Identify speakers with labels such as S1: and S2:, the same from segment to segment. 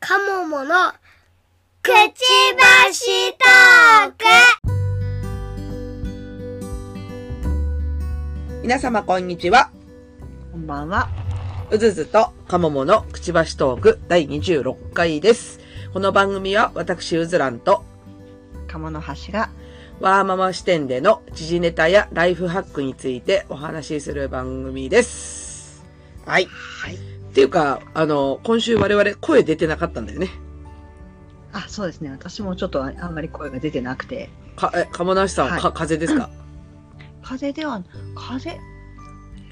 S1: カモモのくちばしトーク
S2: 皆様こんにちは。
S3: こんばんは。
S2: うずずとかもものくちばしトーク第26回です。この番組は私うずらんと
S3: 鴨の橋が
S2: わーママ視点での知事ネタやライフハックについてお話しする番組です。はい。
S3: はい。
S2: っていうか、あの、今週我々声出てなかったんだよね。
S3: あ、そうですね。私もちょっとああんまり声が出てなくて。
S2: か、え、かもなしさん、
S3: はい
S2: か、風邪ですか
S3: 風邪では、風邪、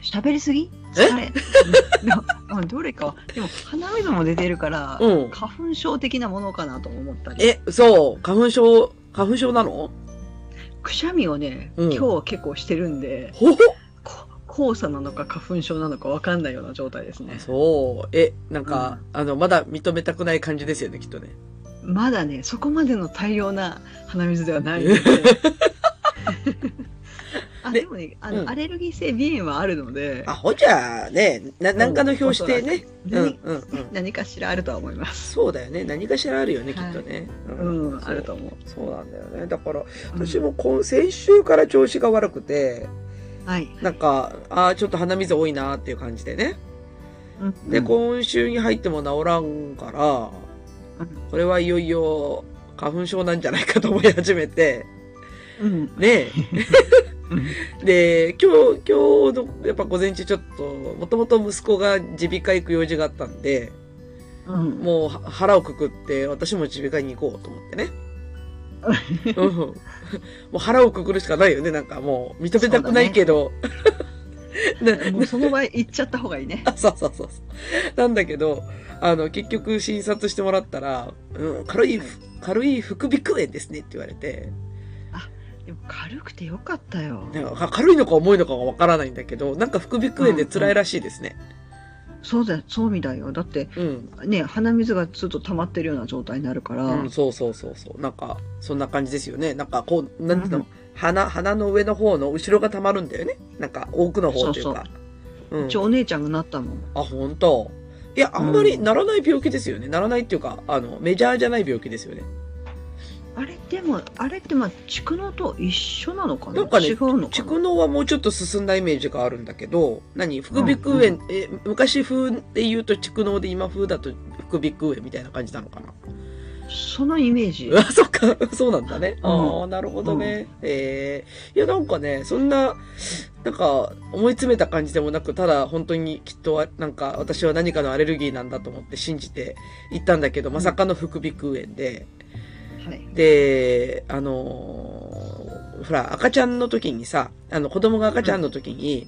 S3: 喋りすぎ
S2: え
S3: 疲れ。うんうんどれ かは。でも、鼻水も出てるから、
S2: うん。
S3: 花粉症的なものかなとも思ったり。
S2: え、そう、花粉症、花粉症なの
S3: くしゃみをね、
S2: うん
S3: 今日は結構してるんで、
S2: ほほ
S3: こ黄砂なのか花粉症なのかわかんないような状態ですね。
S2: そう。え、なんか、あの、まだ認めたくない感じですよね、きっとね。
S3: まだね、そこまでの大量な鼻水ではな いので。あ
S2: で
S3: でもねあの、
S2: うん
S3: アレルギー性鼻炎はあるので
S2: あ、、ほじゃあね、な、なんかの表紙でね。
S3: お
S2: う
S3: そらく
S2: ん、うん、うん。
S3: 何かしらあるとは思います。
S2: そうだよね。何かしらあるよね、き
S3: は
S2: っ
S3: い
S2: とね。
S3: うん、
S2: そう
S3: あると思う。
S2: そうなんだよね。だから、
S3: うん
S2: 私も今、先週から調子が悪くて、
S3: はい。
S2: なんか、ああ、ちょっと鼻水多いなっていう感じでね。
S3: うん
S2: で、
S3: うん
S2: 今週に入っても治らんから
S3: うん、
S2: これはいよいよ花粉症なんじゃないかと思い始め て、
S3: うん。
S2: ね
S3: うん
S2: え。で、今日、今日の、やっぱ午前中ちょっと、もともと息子が耳鼻科行く用事があったんで、
S3: うん。
S2: もうは腹をくくって、私も耳鼻科に行こうと思って ね。うん、もう腹をくくるしかないよね、なんかもう認めたくないけど。な
S3: もうその場合行っちゃった方がいいね。
S2: そうそうそうそう。なんだけど、あの、結局診察してもらったら、うん、軽い、軽い副鼻腔炎ですねって言われて、
S3: でも軽くてよかったよ。
S2: なんか軽いのか重いのかがわからないんだけど、なんか副鼻腔炎で辛いらしいですね。
S3: そうだ、そうみたいよ。だって
S2: うん。
S3: ね、鼻水がずっと溜まってるような状態になるから。
S2: うん、そうそうそうそう。なんか、そんな感じですよね。なんか、こう、なんていうの、
S3: うん
S2: 鼻、鼻の上の方の後ろが溜まるんだよね。なんか、奥の方というか。う
S3: うちお姉ちゃんがなったもん。
S2: ん。あ、本当。いや、あんまりならない病気ですよね。ならないっていうか、あの、メジャーじゃない病気ですよね。
S3: あれでも、あれってまあ、蓄能と一緒なのかな
S2: なんかね
S3: 違うのか
S2: 蓄
S3: な
S2: 膿はもうちょっと進んだイメージがあるんだけど、何副鼻腔炎、
S3: う
S2: え、昔風で言うと蓄膿で今風だと副鼻腔炎みたいな感じなのかな。
S3: そのイメージ
S2: う。わ、そっか、 そうなんだね。
S3: うん
S2: ああ、なるほどね。ええいや、なんかね、そんな、なんか、思い詰めた感じでもなく、ただ、本当にきっとは、なんか、私は何かのアレルギーなんだと思って信じて行ったんだけど、まさかの副鼻腔炎で、
S3: はい。
S2: で、あのーほら、赤ちゃんの時にさ、あの、子供が赤ちゃんの時に、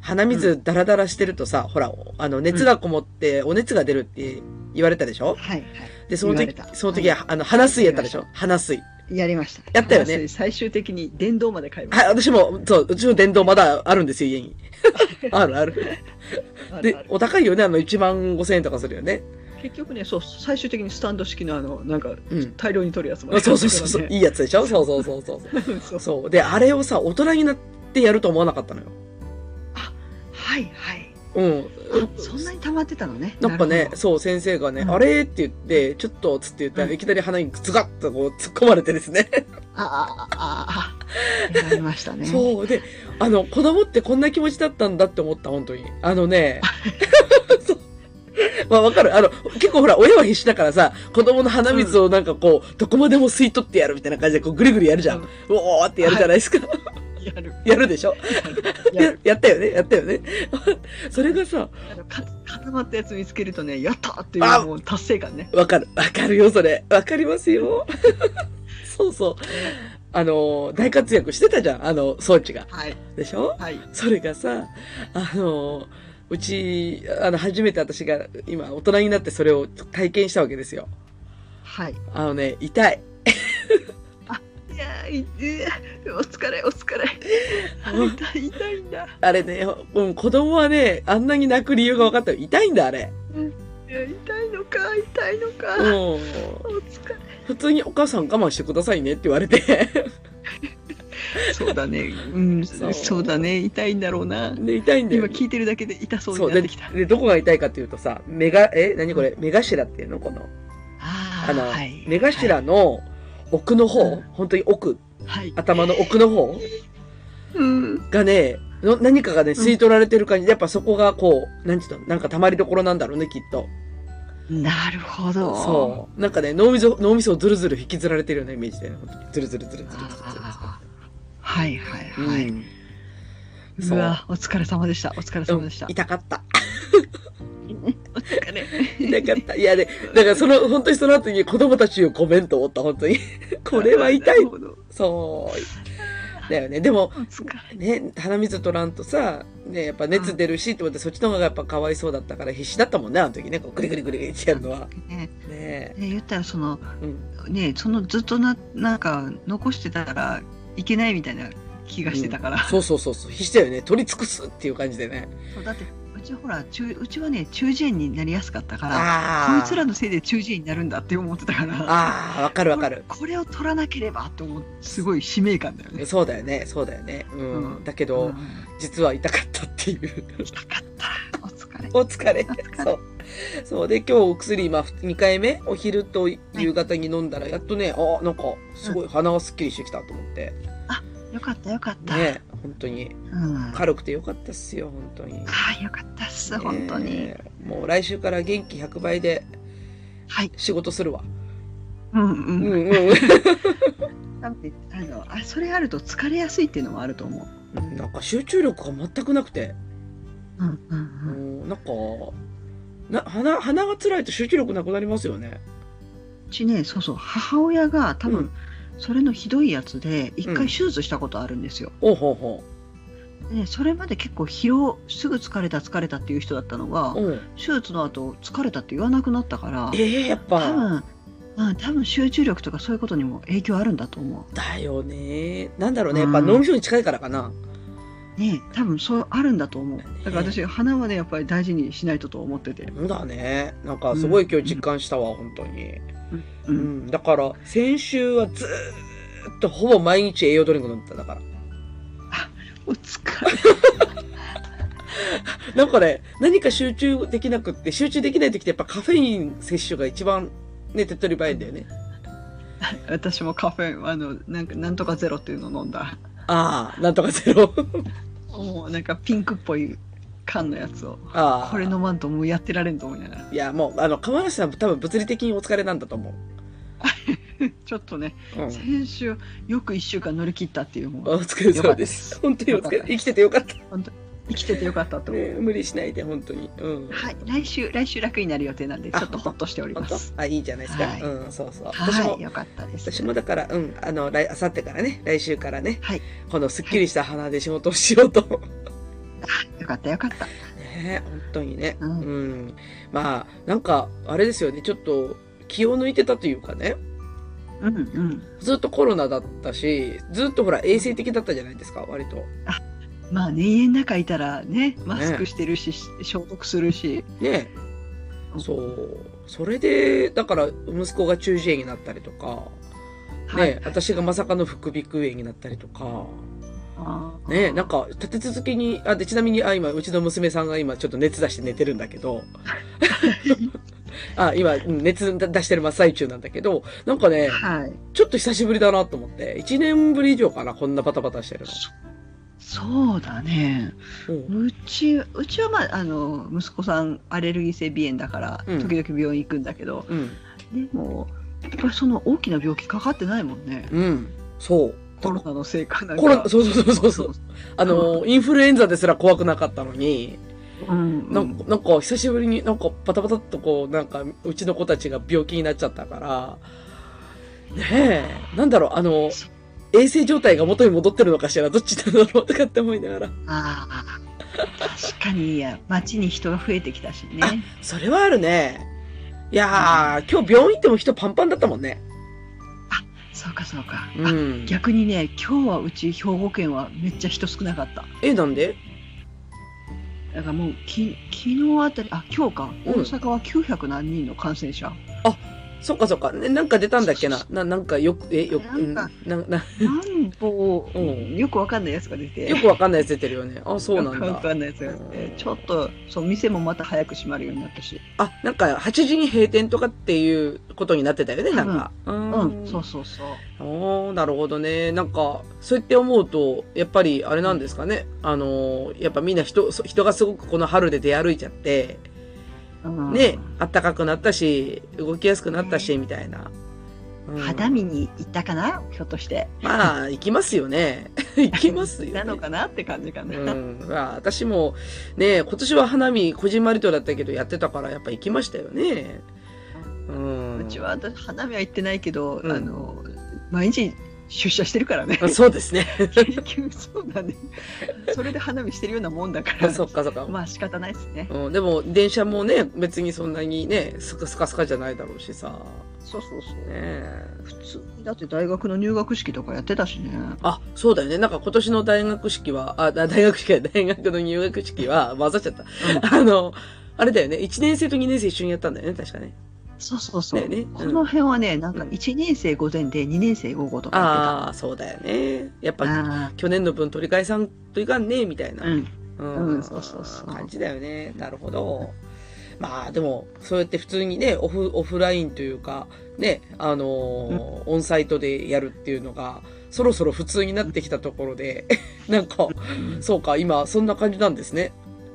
S2: 鼻水ダラダラしてるとさ、ほら、あの、熱がこもって、お熱が出るって言われたでしょ
S3: はい。は
S2: で、その
S3: 言われ
S2: 時
S3: た、
S2: その時は、
S3: は
S2: あの、鼻水やったでしょ鼻水。
S3: い。やりました。
S2: やったよね
S3: 私最終的に電動まで買いまし
S2: はい、私も、そう、うちの電動まだあるんですよ、家 に。あるある。
S3: た。あるあ
S2: で
S3: る、
S2: お高いよね、あの、1万5千円とかするよね。
S3: 結局ね、そう、最終的にスタンド式のあの、なんか、
S2: うん。
S3: 大量に取るやつも
S2: そうそうそうそう、いいやつでしょそうそうそうそう
S3: う。 そ
S2: そう。
S3: う
S2: そう。で、あれをさ、大人になってやると思わなかったのよ。
S3: はいはい。
S2: うん
S3: あ。そんなに溜まってたのね。
S2: なんか
S3: る
S2: ね
S3: ほ、ど
S2: そう、先生がね、
S3: うん
S2: あれって言って、ちょっと、つって言ったら、
S3: うん
S2: いきなり鼻にズガッとこう突っ込まれてですね。
S3: ああ、ああ、ああ、やりましたね。う。
S2: そう。で、あの、子供ってこんな気持ちだったんだって思った、本当に。あの ね、そうまあわかる。あの、結構ほら、親は必死だからさ、子供の鼻水をなんかこう、どこまでも吸い取ってやるみたいな感じで、こう、ぐりぐりやるじゃん。う
S3: うん
S2: おーってやるじゃないですか。
S3: やる。
S2: やるでしょ
S3: や
S2: や
S3: る。
S2: やったよねやったよね それがさ、
S3: あのか固まったやつ見つけるとね、やったっていうもう達成感ね。
S2: わかる。わかるよ、それ。わかります よ。そうそう。あの、大活躍してたじゃん、あの、装置が。
S3: はい、
S2: でしょ
S3: はい。
S2: それがさ、あの、うち、あの、初めて私が今、大人になってそれを体験したわけですよ。
S3: はい。
S2: あのね、痛い。
S3: いやー、いいやーお疲れ、お疲れ。痛い、痛いんだ。
S2: あれね、うん、子供はね、あんなに泣く理由が分かったよ。痛いんだ、あれ。
S3: いや痛いのか、痛いのか。
S2: うん。
S3: お疲れ。
S2: 普通にお母さん我慢してくださいねって言われて。
S3: そうだね。うん、
S2: そ
S3: そううだね。痛いんだろうな。
S2: で、痛いんだよ。
S3: 今聞いてるだけで痛そう
S2: そ
S3: に
S2: う
S3: な
S2: で
S3: ってきた。
S2: で、どこが痛いかっていうとさ、目が、え、何これ、目頭っていうのこの、あの、
S3: はい
S2: 目頭の奥の方、
S3: うん
S2: 本当に奥、
S3: はい。
S2: 頭の奥の方
S3: うん。
S2: がね、の何かがね、吸い取られてる感じ、やっぱそこがこう、なんちゅうの、なんか溜まりどころなんだろうね、きっと。
S3: なるほど。
S2: そう。なんかね、脳みそ、脳みそをずるずる引きずられてるようなイメージで、本当にずるずるずるずるずるずる
S3: あーはいはい
S2: ずる。
S3: はい。
S2: うん
S3: う
S2: そう
S3: わ、お疲れ様でした。お疲れ様でした。
S2: 痛かった。
S3: お疲れ。
S2: 痛かった。いやね、だからその、本当にその後に子供たちをごめんと思った、本 当に。これは痛い
S3: なる。ほど
S2: そう。だよね。でも
S3: お、疲れ。
S2: ね、鼻水取らんとさ、ね、やっぱ熱出るしってことで、そっちの方がやっぱかわいそうだったから必死だったもんね、あの時ね、こうグリグリグリグリってやるのは。
S3: ね、
S2: ね
S3: ね言ったらその
S2: うん。
S3: ねそのずっとななんか残してたらいけないみたいな気がしてたから、
S2: そうそうそうそう、必死だよね。取り尽くすっていう感じでね。
S3: そうだってうちほら中うちはね中耳炎になりやすかったから
S2: ああ。
S3: こいつらのせいで中耳炎になるんだって思ってたから
S2: ああ、わかるわかる。
S3: これこれを取らなければと思ってすごい使命感だよね。
S2: そうだよね、そうだよね。うん。
S3: うん
S2: だけ
S3: う
S2: ど、
S3: ん
S2: 実は痛かったっていう。
S3: 痛かったお疲れ
S2: お疲れ。
S3: 疲れ
S2: そう。そうで、今日お薬、今、2回目、お昼と夕方に飲んだら、やっとね、あなんか、すごい鼻がすっきりしてきたと思って。
S3: よかったよかった、
S2: ね本当に。
S3: うん、あ
S2: 軽くてよかったっすよ、本当に。
S3: あよかったっす本当に、
S2: えーもう来週から元気100倍で
S3: はい
S2: 仕事するわ。
S3: うん
S2: う
S3: うん
S2: んうん。
S3: なんてあのあそれあると疲れやすいっていうのもあると思う。
S2: なん か集中力が全くなくて、
S3: うんうん
S2: う
S3: うん、
S2: ん、なんか、な鼻鼻が辛いと集中力なくなりますよね。
S3: うちねそうそう母親が多分、
S2: うん
S3: それのひどいやつで一回手術したことあるんですよ。
S2: おうほうほ
S3: でそれまで結構疲労すぐ疲れた疲れたっていう人だったのが
S2: う。うん、
S3: 手術の後疲れたって言わなくなったから
S2: ええやっ
S3: 多
S2: ぱ。
S3: 分、うん、多分集中力とかそういうことにも影響あるんだと思
S2: だよね。なんだろうね。やっぱ
S3: うん
S2: 脳みそに近いからかな。
S3: う。ね多分そうあるんだと思う。だから私鼻はねやっぱり大事にしないとと思ってて。
S2: そうだね。なんかすごい今日実感したわ、本当に。
S3: う
S2: うんん。だから、先週はずーっとほぼ毎日栄養ドリンク飲んでた。だから。
S3: お疲れ
S2: なんかね、何か集中できなくって、集中できない時ってやっぱカフェイン摂取が一番ね、手っ取り早いんだよね。
S3: 私もカフェインあのなんかなんとかゼロっていうのを飲んだ
S2: ああ、なんとかゼ ロ。
S3: もうなんかピンクっぽい缶のやつを
S2: ああ。
S3: これ飲まんともうやってられんと思いながら
S2: いや、もう、あの、釜梨さん多分物理的にお疲れなんだと思う。
S3: ちょっとね
S2: うん。
S3: 先週よく1週間乗り切ったっていうも
S2: お
S3: う
S2: 疲れ様です。 本当にお疲れ。生きててよかった。
S3: 生きててよかったと思う、
S2: ね、無理しないで、本当に。うん。
S3: はい来週来週楽になる予定なんで
S2: あ
S3: ちょっとほっとしており
S2: 本
S3: ま
S2: 当
S3: す
S2: あ、いいじゃないですか。
S3: はい
S2: うん、そうそう。私
S3: は
S2: も
S3: い、よかったです
S2: 私もだから、うん、あの、来、あさってからね、来週からね、
S3: はい
S2: このすっきりした鼻で仕事をしようと。
S3: よかったよかった
S2: ね本当にね。う。
S3: うんん
S2: まあ、なんか、あれですよね、ちょっと気を抜いてたというかね、
S3: うんうん
S2: ずっとコロナだったし、ずっとほら、衛生的だったじゃないですか、割と。
S3: まあね家の中いたらねマスクしてるし、消毒するし
S2: ねそう。それで、だから、息子が中耳炎になったりとか、
S3: は
S2: ね
S3: い、
S2: 私がまさかの副鼻腔炎になったりとか、
S3: あー
S2: ねなんか、立て続けに、あ、で、ちなみに、あ、今、うちの娘さんが今、ちょっと熱出して寝てるんだけど、 あ、今、うん熱出してる真っ最中なんだけど、なんかね、
S3: はい
S2: ちょっと久しぶりだなと思って、1年ぶり以上かな、こんなバタバタしてる
S3: そそうだね
S2: の。うん
S3: うちうちは、まあ、あの息子さんアレルギー性鼻炎だから
S2: うん
S3: 時々病院行くんだけど、
S2: うん。
S3: でもやっぱりその大きな病気かかってないもんね、
S2: うん。そう。
S3: コロナのせいかなんか
S2: コロナそうそうそうそうそう
S3: そ
S2: あの、インフルエンザですら怖くなかったのに、
S3: ううん
S2: な
S3: うんん
S2: か、なんか久しぶりになんかバタバタっとこう、なんか、うちの子たちが病気になっちゃったから、ねえ、なんだろう、あの、衛生状態が元に戻ってるのかしら、どっちなんだろうとかって思いながら。
S3: あー確かにいや街に人が増えてきたしね
S2: あそれはあるね。いやー、今日病院行っても人パンパンだったもんね。
S3: そうかそうか、
S2: う
S3: あ
S2: ん。
S3: 逆にね今日はうち兵庫県はめっちゃ人少なかった
S2: え、なんで
S3: だからもうき昨日あたりあ今日か
S2: うん
S3: 大阪は900何人の感染者、
S2: そっかそっか。ね、なんか出たんだっけな。な、なんかよく、え、よく、うん、
S3: な
S2: なんんな
S3: 何本、
S2: うん
S3: よくわかんないやつが出て。
S2: よくわかんないやつ出てるよね。 あ、そうなん
S3: よくわ
S2: だ。
S3: かんないやつが出て。ちょっと、そう、店もまた早く閉まるようになったし。
S2: あ、なんか8時に閉店とかっていうことになってたよね、なんか。う
S3: うん、そうそうそう。
S2: おーなるほどね。なんか、そうやって思うと、やっぱり、あれなんですかね。あのー、やっぱみんな人、そ人がすごくこの春で出歩いちゃって、
S3: うん、
S2: ね、あったかくなったし、動きやすくなったし、みたいな。うん
S3: 肌見に行ったかなひょっとして。
S2: まあ、行きますよね。 行きますよ、ね。
S3: なのかなって感じかな。
S2: うん。まあ、私も、ね、今年は花見、こじんまりとだったけど、やってたから、やっぱ行きましたよね。うん。
S3: うちは私花見は行ってないけど、
S2: うん
S3: あの毎日出社してるからね
S2: あ。そうですね。
S3: 結局そうだね。それで花見してるようなもんだか
S2: あ
S3: ら。
S2: そっかそっか。
S3: まあ仕方ないですね。
S2: うん、でも電車もね別にそんなにねスカスカスカじゃないだろうしさ
S3: そうそうそ
S2: ね
S3: う。
S2: え
S3: 普通にだって大学の入学式とかやってたしね。
S2: あそうだよねなんか今年の大学式はあだ大学式は大学の入学式は混ざっちゃった あのあれだよね1年生と2年生一緒にやったんだよね確かね
S3: そうそうそ
S2: だ
S3: う。
S2: よねうん
S3: この辺はね、なんか
S2: うん
S3: 1年生午前で2年生午後とかやっ
S2: ああそうだよねやってぱ
S3: た。あ
S2: 去年の分取り返さんといかんねみたいな
S3: あ、うん、
S2: うん
S3: うんそうそうそう
S2: 感じだよね。なるほど。まあでも、そうやって普通にね、オフ、オフラインというか、ね、あのーオンサイトでやるっていうのが、そろそろ普通になってきたところで、 なんか、そうか、今、そんな感じなんですね。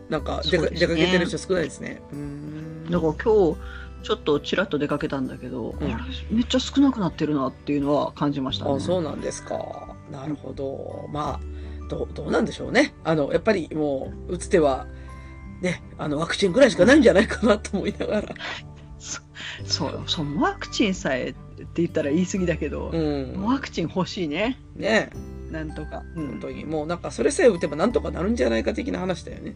S2: なんか、出か、
S3: そうです
S2: 出
S3: ね
S2: かけてる人少ないですね。うーん。
S3: だから今日ちょっとちらっと出かけたんだけど、
S2: うん
S3: あれめっちゃ少なくなってるなっていうのは感じましたね。
S2: あ、そうなんですか。なるほど。まあ、どう、どうなんでしょうね。あの、やっぱりもう、打つ手は、ね、あの、ワクチンぐらいしかないんじゃないかなと思いながら。
S3: そうそのワクチンさえって言ったら言い過ぎだけど
S2: う、ん。
S3: ワクチン欲しいね
S2: ね
S3: なんとか、う
S2: 本
S3: ん
S2: 当にもうなんかそれさえ打てばなんとかなるんじゃないか的な話だよね。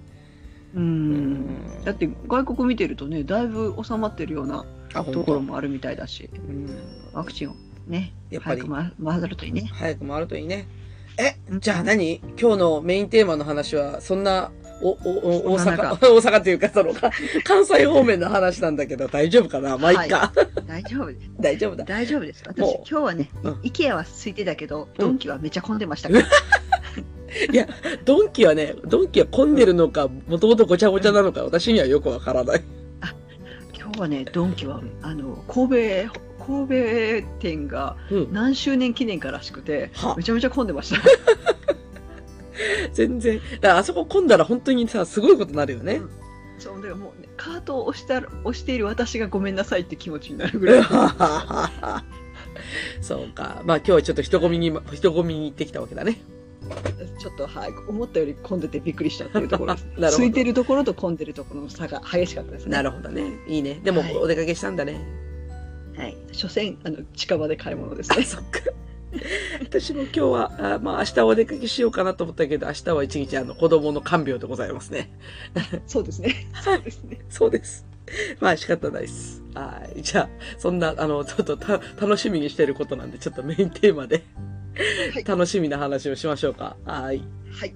S3: だって外国見てるとねだいぶ収まってるような
S2: あ
S3: ところもあるみたいだし
S2: うん
S3: ワクチンをね
S2: やっぱ
S3: 早
S2: り
S3: く回回るといいね
S2: 早く回るといいね。え
S3: うん
S2: じゃあ何今日のメインテーマの話はそんなおおお大
S3: そんな
S2: 阪
S3: 中
S2: 大阪というかそのか関西方面の話なんだけど大丈夫かなまあいっか、
S3: 大丈夫です
S2: 大丈夫だ。
S3: 大丈夫です私
S2: もう
S3: 今日はね、
S2: うん
S3: イケ IKEA は空いてたけどドンキはめちゃ混んでました
S2: うんドンキはねドンキは混んでるのかもともとごちゃごちゃなのか私にはよくわからない。
S3: 今日はねドンキはあの神戸神戸店が
S2: うん、
S3: 何周年記念からしくて
S2: は
S3: めちゃめちゃ混んでました
S2: 全然だからあそこ混んだら本当にさすごいことになるよね。
S3: そうでもうね、カートを押した押している私がごめんなさいって気持ちになるぐらい
S2: そうか。まあ今日はちょっと人混みに、人混みに行ってきたわけだね。
S3: ちょっとはい思ったより混んでてびっくりしたっていうところです
S2: なるほど
S3: 空いてるところと混んでるところの差が激しかったですね
S2: なるほどね。いいね。でも
S3: はい
S2: お出かけしたんだね。
S3: はい所詮あの近場で買い物です
S2: あ、
S3: ね
S2: そっか。私も今日は、あまあ明日はお出かけしようかなと思ったけど、明日は一日あの子供の看病でございますね。
S3: そうですねそうですね
S2: そうです。まあ仕方ないです。はい。じゃあ、そんな、あの、ちょっとた楽しみにしてることなんで、ちょっとメインテーマで、
S3: はい
S2: 楽しみな話をしましょうか。はい。
S3: はい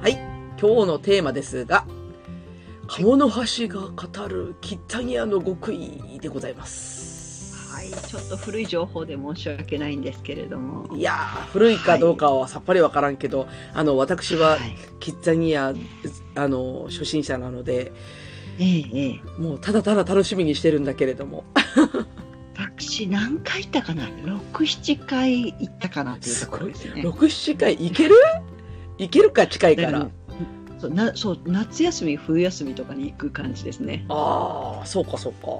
S2: はい、今日のテーマですが、鴨の橋が語るキッタニアの極意でございます。
S3: はいちょっと古い情報で申し訳ないんですけれども
S2: いやー、古いかどうかはさっぱりわからんけど、あの、私は
S3: はい
S2: キッザニア、あの、初心者なので、
S3: ええええ
S2: もうただただ楽しみにしてるんだけれども、
S3: 私何回行ったかな67回行ったかなっていうところです ね
S2: 6、7回行ける行けるか近いか
S3: だからら。そうなそう夏休み冬休みとかに行く感じですね
S2: ああ、そうかそうか。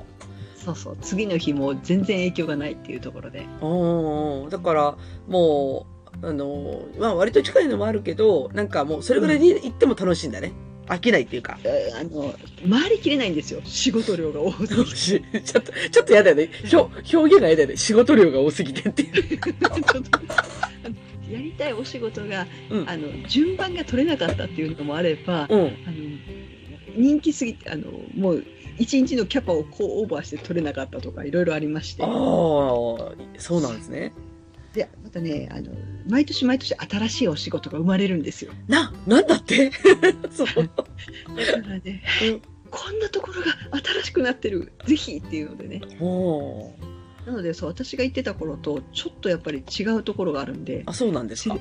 S3: そうそう次の日も全然影響がないっていうところで
S2: うん、だからもうあのまあ割と近いのもあるけどなんかもうそれぐらいに行っても楽しいんだね、飽きないっていうか
S3: えーあの回りきれないんですよ仕事量が多すぎて
S2: ちょっとちょっとやだよね表表現がやだよね仕事量が多すぎてっていう、
S3: ちょっとあの やりたいお仕事が
S2: うん
S3: あの順番が取れなかったっていうのもあればあ
S2: うん、
S3: の人気すぎてあのもう一日のキャパをこうオーバーして取れなかったとかいろいろありまして
S2: ああ、そうなんですね。
S3: でまたねあの毎年毎年新しいお仕事が生まれるんですよ
S2: な、なんだって そう。
S3: だからね
S2: うん
S3: こんなところが新しくなってるぜひっていうのでね
S2: ほう。
S3: なのでそう私が行ってた頃とちょっとやっぱり違うところがあるんで
S2: あ、そうなんですか。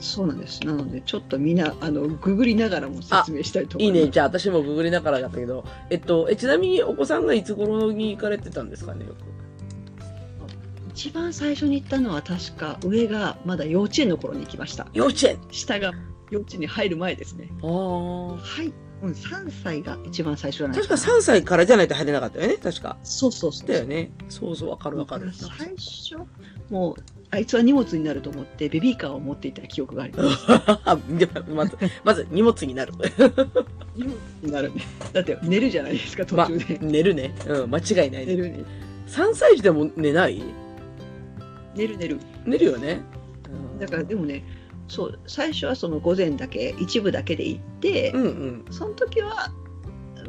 S3: そうなんですなのでちょっとみんなあのググりながらも説明したいと思
S2: い
S3: い
S2: い
S3: ます
S2: ね。じゃあ私もググりながらだったけど、えっと、え、ちなみにお子さんがいつ頃に行かれてたんですかね、よく。
S3: 一番最初に行ったのは確か上がまだ幼稚園の頃に行きました
S2: 幼稚園
S3: 下が幼稚園に入る前ですね
S2: ああ。
S3: はい、うん、3歳が一番最初じゃない
S2: 確か3歳からじゃないと入れなかったよね、確か。
S3: そうそうそう
S2: だよね。そうそう、わかるわかる。
S3: 最初もうあいつは荷物になると思ってベビーカーを持っていた記憶があります
S2: で まず、まず荷物になる。
S3: 荷物になるねだって寝るじゃないですか途
S2: まあ
S3: 中で、、
S2: 寝るね。うん、間違いない
S3: 寝
S2: ね。
S3: るね
S2: 3歳児でも寝ない
S3: 寝る寝る
S2: 寝るよね。
S3: だからでもねそう最初はその午前だけ一部だけで行って、
S2: うんうん。
S3: その時は、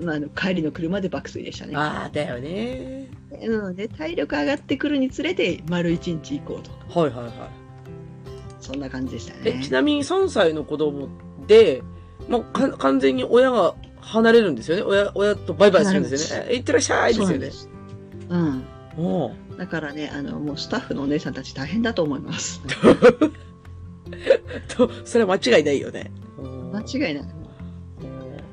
S3: まあ、あの帰りの車で爆睡でしたね
S2: ああ、だよね。
S3: うん、で体力上がってくるにつれて丸一日行こうと
S2: はいはいはい。
S3: そんな感じでした
S2: え
S3: ね
S2: ちなみに3歳の子供で、もうか完全に親が離れるんですよね親親とバイバイするんですよねえいってらっしゃいですよ
S3: そうなん
S2: ね
S3: すうん
S2: おう
S3: だからねあのもうスタッフのお姉さんたち大変だと思 います
S2: とそれは間違いないよね
S3: 間違いない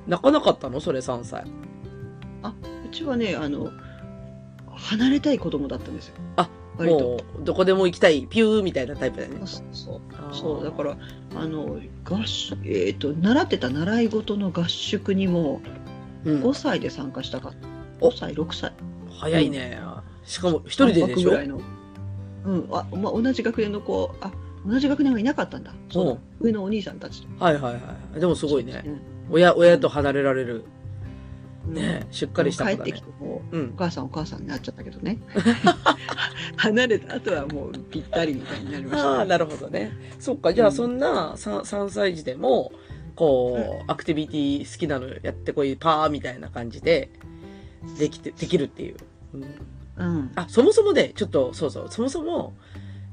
S2: 泣かなかったのそれ3歳
S3: うちはねあの離れたい子供だったんですよ
S2: あ
S3: 割と
S2: もうどこでも行きたいピューみたいなタイプだよね
S3: そうそうそうだからあの合宿えっ、と習ってた習い事の合宿にも
S2: うん
S3: 5歳で参加したかった
S2: お
S3: 5歳6歳
S2: 早いねしかも一人ででし
S3: 半額ぐ
S2: ょ
S3: らいのうんあ、まあ、同じ学年の子あ同じ学年はいなかったんだそうだ
S2: うん
S3: 上のお兄さんたちと
S2: はいはいはいでもすごいね
S3: そうで
S2: 親親と離れられる
S3: うん
S2: ねしっかりした子
S3: も
S2: だ
S3: う帰っ
S2: ね
S3: てきても
S2: う
S3: うんお母さんお母さんになっちゃったけどね 離れた後はもうぴったりみたいになりました
S2: ああ、なるほどね。そっか、じゃ
S3: う
S2: あ
S3: ん
S2: そんな 3, 3歳児でも、こう、アクティビティ好きなのやってこい、パーみたいな感じで、できて、できるっていう。うん
S3: うん
S2: あ、そもそもね、ちょっと、そうそう、そもそも、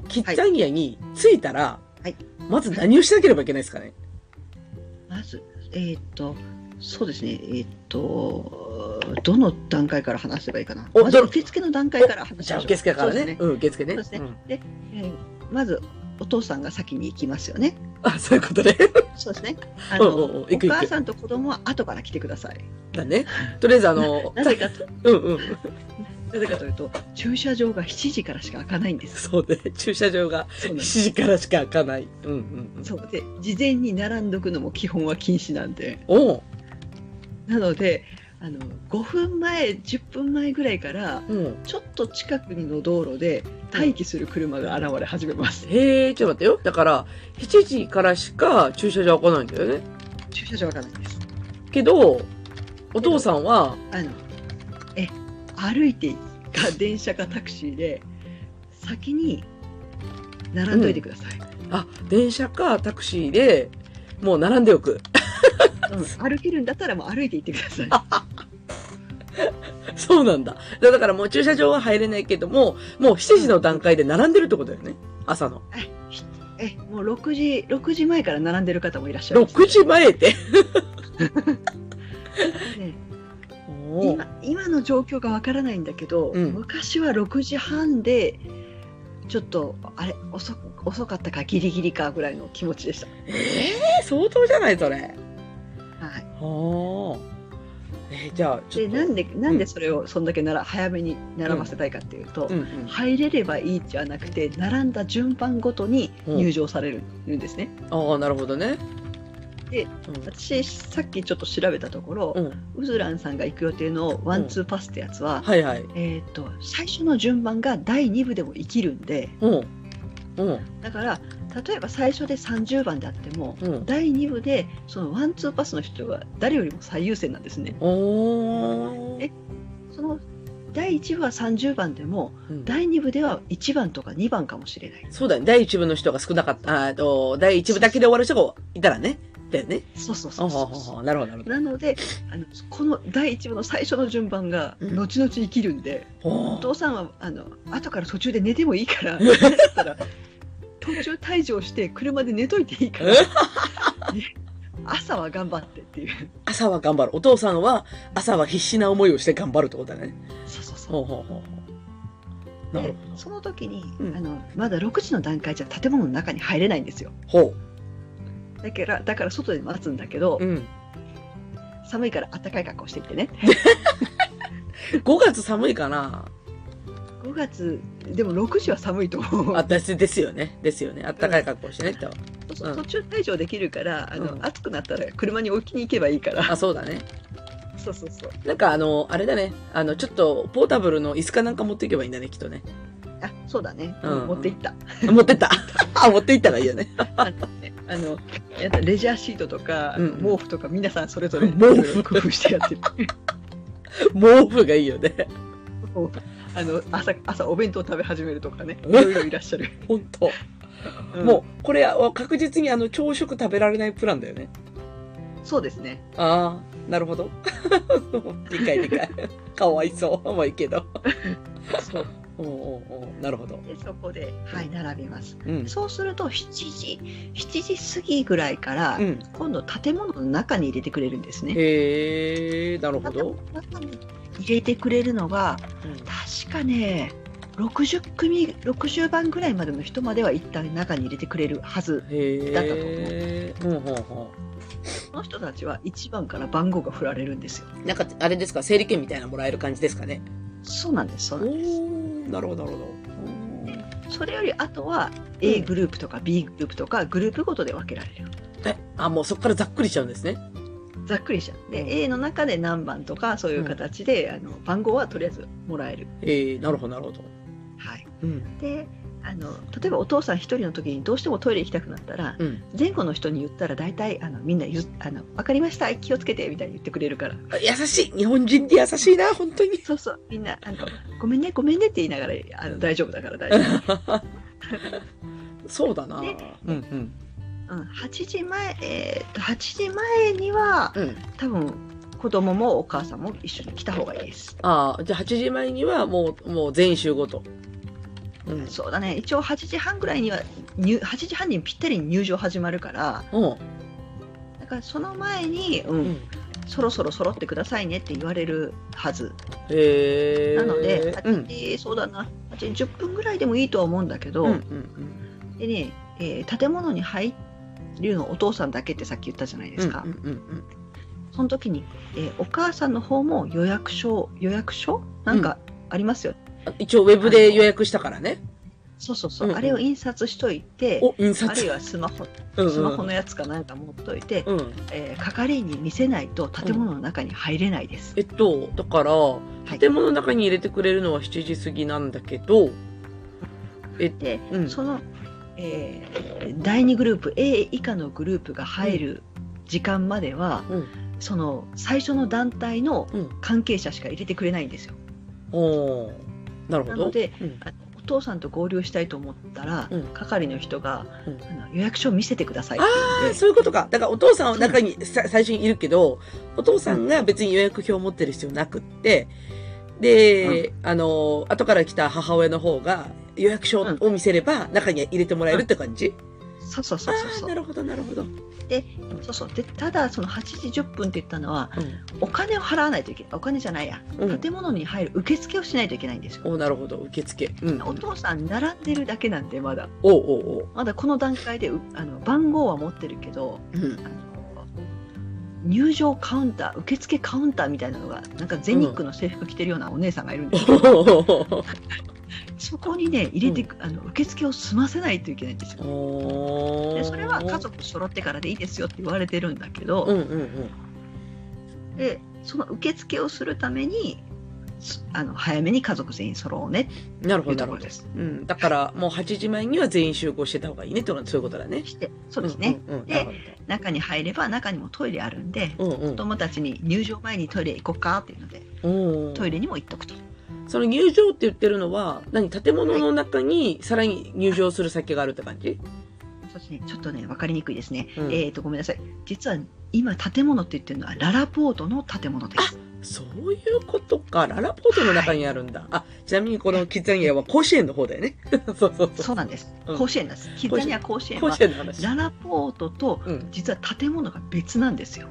S2: キッザニアに着いたら、
S3: はい
S2: まず何をしなければいけないですかね。
S3: まずえっとそうですねえっとどの段階から話せばいいかな
S2: お
S3: まず
S2: どの
S3: 受付の段階から話し
S2: じゃあ、
S3: ましょう
S2: 受付から
S3: そう
S2: ね。
S3: です
S2: うん、受付ね。
S3: そうですね
S2: ん
S3: ねえーまずお父さんが先に行きますよね
S2: あ、そういうことね。
S3: そうですねあの
S2: うんうんうん行
S3: お
S2: く行く
S3: 母さんと子供は後から来てください
S2: だね。とりあえず、あ の、
S3: なぜかと
S2: うんうん。
S3: なぜかというと駐車場が7時からしか開かないんです
S2: そうね。駐車場が
S3: そうなんです
S2: 7時からしか開かない。うんうんうん。
S3: そうで事前に並んどくのも基本は禁止なんで
S2: おう。
S3: なのであの5分前10分前ぐらいから
S2: うん。
S3: ちょっと近くの道路で待機する車が現れ始めます、
S2: へえ、ちょっと待ってよ。だから、7時からしか駐車場開かないんだよね。
S3: 駐車場わかんないです
S2: けど、お父さんは、
S3: あのえ歩いてか電車かタクシーで先に並んどいてください、
S2: あ、電車かタクシーで、もう並んでおく。
S3: うん歩けるんだったらもう歩いて行ってください
S2: そうなんだ。だだからもう駐車場は入れないけども、もう7時の段階で並んでるってことだよね。朝の。
S3: えもう6時6時前から並んでる方もいらっしゃる
S2: 6時前で。
S3: ね
S2: おー
S3: 今今の状況がわからないんだけど、
S2: うん
S3: 昔は6時半でちょっとあれ遅く遅かったかギリギリかぐらいの気持ちでした、
S2: ええ相当じゃないそれ。
S3: はい、
S2: おーえーじゃあ、ちょ
S3: で
S2: っと。
S3: なんでなんでそれをそんだけなら早めに並ばせたいかっていうと、
S2: うんうん。
S3: 入れればいいじゃなくて並んだ順番ごとに入場されるんですね、
S2: ああ、なるほどね。
S3: で私さっきちょっと調べたところ、
S2: うん、うん。
S3: ウズランさんが行く予定のワンツーパスってやつは、
S2: はいはい。
S3: えー、と最初の順番が第2部でも生きるんで、
S2: うん。うん。
S3: だから例えば最初で30番であっても
S2: うん。
S3: 第2部でそのワンツーパスの人が誰よりも最優先なんですね。
S2: おー
S3: えその第1部は30番でも
S2: うん
S3: 第2部では1番とか2番かもしれない。
S2: そうだね。第一部の人が少なかった。あーえっと、第一部だけで終わる人がいたらね。だよね。
S3: そうそう
S2: あ
S3: そ
S2: は
S3: う
S2: は
S3: そう
S2: ははなるほど、なるほど。
S3: なのであのこの第1部の最初の順番が
S2: うん
S3: 後々生きるんで、
S2: ほ
S3: お
S2: う
S3: 父さんはあの後から途中で寝てもいいからなんだったら途中退場して車で寝といていいから
S2: え
S3: 朝は頑張ってっていう
S2: 朝は頑張る。お父さんは朝は必死な思いをして頑張るってことだね。
S3: そうそうそう
S2: ほうほうほうほう。なる
S3: で
S2: ほど。
S3: その時に、
S2: うん
S3: あのまだ6時の段階じゃ建物の中に入れないんですよ
S2: ほ
S3: だからだから外で待つんだけど、
S2: う。うん。
S3: 寒いから暖かい格好していってね
S2: 5月寒いかな
S3: 5月でも6時は寒いと思う
S2: あ、ですですよね。ですよね。あったかい格好してねと。
S3: そう
S2: う
S3: そうん途中退場できるからあの、
S2: うん
S3: 暑くなったら車に置きに行けばいいから
S2: あ、そうだね。
S3: そうそうそう
S2: なんかあの、あれだね。あの、ちょっとポータブルの椅子かなんか持っていけばいいんだね、きっとね。
S3: あそうだね、
S2: うん
S3: 持って行った
S2: あ持って った。あ持っていったらいいよね。
S3: あのねあのやったレジャーシートとか、
S2: うん
S3: 毛布とか皆さんそれぞれ
S2: 毛布
S3: いろいろ工夫してやってる
S2: 毛布がいいよね。
S3: あの朝朝お弁当食べ始めるとかね
S2: うん
S3: いろいろいらっしゃる、
S2: ほんと。もう、これは確実にあの、朝食食べられないプランだよね。
S3: うんそうですね
S2: ああ、なるほど。 理解理解。かわいそう。甘いけど。
S3: そう
S2: おうおうおうなるほど。
S3: でそこではい並びます
S2: うん。
S3: そうすると7時7時過ぎぐらいから、
S2: うん。
S3: 今度建物の中に入れてくれるんですね
S2: へえ、なるほ
S3: 建物
S2: ど
S3: の。中に入れてくれるのが確かね60組60番ぐらいまでの人までは一旦中に入れてくれるはずだったと思う
S2: へえ。ほうほうほ
S3: その人たちは1番から番号が振られるんですよ
S2: う。なんか、あれですか、整理券みたいなのもらえる感じですかね。
S3: そうなんですそ
S2: お
S3: うなんで
S2: ーなるほど、なるほど。
S3: すそれよりあとは
S2: う
S3: A
S2: ん
S3: グループとか B グループとかグループごとで分けられる
S2: え、あ、もうそっからざっくりしちゃうんですね。
S3: ざっくりしちゃうで、
S2: うん
S3: A の中で何番とかそういう形で、あの番号はとりあえずもらえる、
S2: ええ、なるほど、なるほど。
S3: はい、
S2: うん。
S3: であの例えばお父さん一人の時にどうしてもトイレ行きたくなったら
S2: うん。
S3: 前後の人に言ったら大体あのみんなゆあの「分かりました気をつけて」みたいに言ってくれるから
S2: あ優しい。日本人って優しいな、本当に。
S3: そうそうみんなあの「ごめんねごめんね」って言いながらあの大丈夫だから 大丈
S2: そうだな。
S3: ね
S2: うん
S3: 夫、うん、8時前えーっと8時前には
S2: うん。うん。
S3: 多分子供もお母さんも一緒に来た方がいいです、
S2: ああ、じゃあ8時前にはもう、もう全員集合と。うん。
S3: そうだね一応8時半ぐらいには入8時半にぴったりに入場始まるから
S2: うん。
S3: だからその前に、うん
S2: うん。
S3: そろそろ揃ってくださいねって言われるはず
S2: へえ。
S3: なので、
S2: うん。
S3: 8時、そうだな、8時10分ぐらいでもいいとは思うんだけど、
S2: うんうんうん。
S3: でね、えー建物に入るのお父さんだけってさっき言ったじゃないですか。
S2: うんうんうん
S3: その時に、えーお母さんの方も予約書、予約書なんかありますよ。
S2: あ一応ウェブで予約したからね。
S3: そうそうそう、
S2: うんうん
S3: あれを印刷しといて、
S2: お、印
S3: あるい
S2: 刷。
S3: はスマホ、
S2: うんうん
S3: スマホのやつかなんか持っといて、
S2: うん。
S3: えー係員に見せないと建物の中に入れないです。
S2: えっと、だから、
S3: はい
S2: 建物の中に入れてくれるのは7時過ぎなんだけど、
S3: で、
S2: うん
S3: その、えー第2グループ A 以下のグループが入る時間までは、
S2: うん
S3: その最初の団体の
S2: うん
S3: 関係者しか入れてくれないんですよ。
S2: おーなるほど。
S3: なので
S2: うん、
S3: あのお父さんと合流したいと思ったら、
S2: うん
S3: 係の人が、
S2: うん
S3: あの予約書を見せてくださいって言うんで
S2: そういうことか。だからお父さんは中にさ最初にいるけど、お父さんが別に予約表を持ってる必要なくって、で、あの、後から来た母親の方が予約書を見せれば中に入れてもらえるって感じ、
S3: そうそうそ
S2: あ
S3: うそう
S2: あ、
S3: そ
S2: な
S3: う
S2: るほど、なるほど。うん。
S3: そうそうでただその8時10分って言ったのはお金を払わないといけないお金じゃないや、
S2: うん
S3: 建物に入る受付をしないといけないんですよ。
S2: おなるほど、受付。うん。
S3: お父さん並んでるだけなんでまだ
S2: おうおうおう。
S3: まだこの段階でうあの番号は持ってるけど
S2: うん。
S3: あの入場カウンター受付カウンターみたいなのがなんか全日空の制服着てるようなお姉さんがいるんですよ、そこにね入れてく、あの受付を済ませないといけないんですよ
S2: お
S3: でそれは家族揃ってからでいいですよって言われてるんだけ
S2: うん
S3: ど、
S2: うんうん。
S3: でその受付をするためにすあの早めに家族全員揃おうねって
S2: なるほ
S3: いう
S2: ど、なるほ
S3: ところ
S2: ど
S3: で。す。
S2: うん。だから、もう8時前には全員集合してた方がいいねってことはそういうことだね。
S3: してそうですね、。
S2: うんうん、
S3: で
S2: なるほ
S3: 中に入れば中にもトイレあるんで
S2: ど。うんう
S3: 子
S2: ん。
S3: 供たちに入場前にトイレ行こうかっていうので
S2: おー
S3: トイレにも行っとくと。
S2: その入場って言ってるのは、何建物の中にさらに入場する先があるって感じ、
S3: ちょっとね分かりにくいですね、
S2: うん
S3: えっ、とごめんなさい実は今建物って言ってるのはララポートの建物です
S2: そういうことか。ララポートの中にあるんだ。あ、ちなみにこのキッザニアは甲子園の方だよね。 そうそうそう。
S3: そうなんです
S2: うん
S3: 甲子園なんですキッザニア甲子園
S2: 甲
S3: は
S2: 子園の話。
S3: ララポートと
S2: うん。
S3: 実は建物が別なんですよ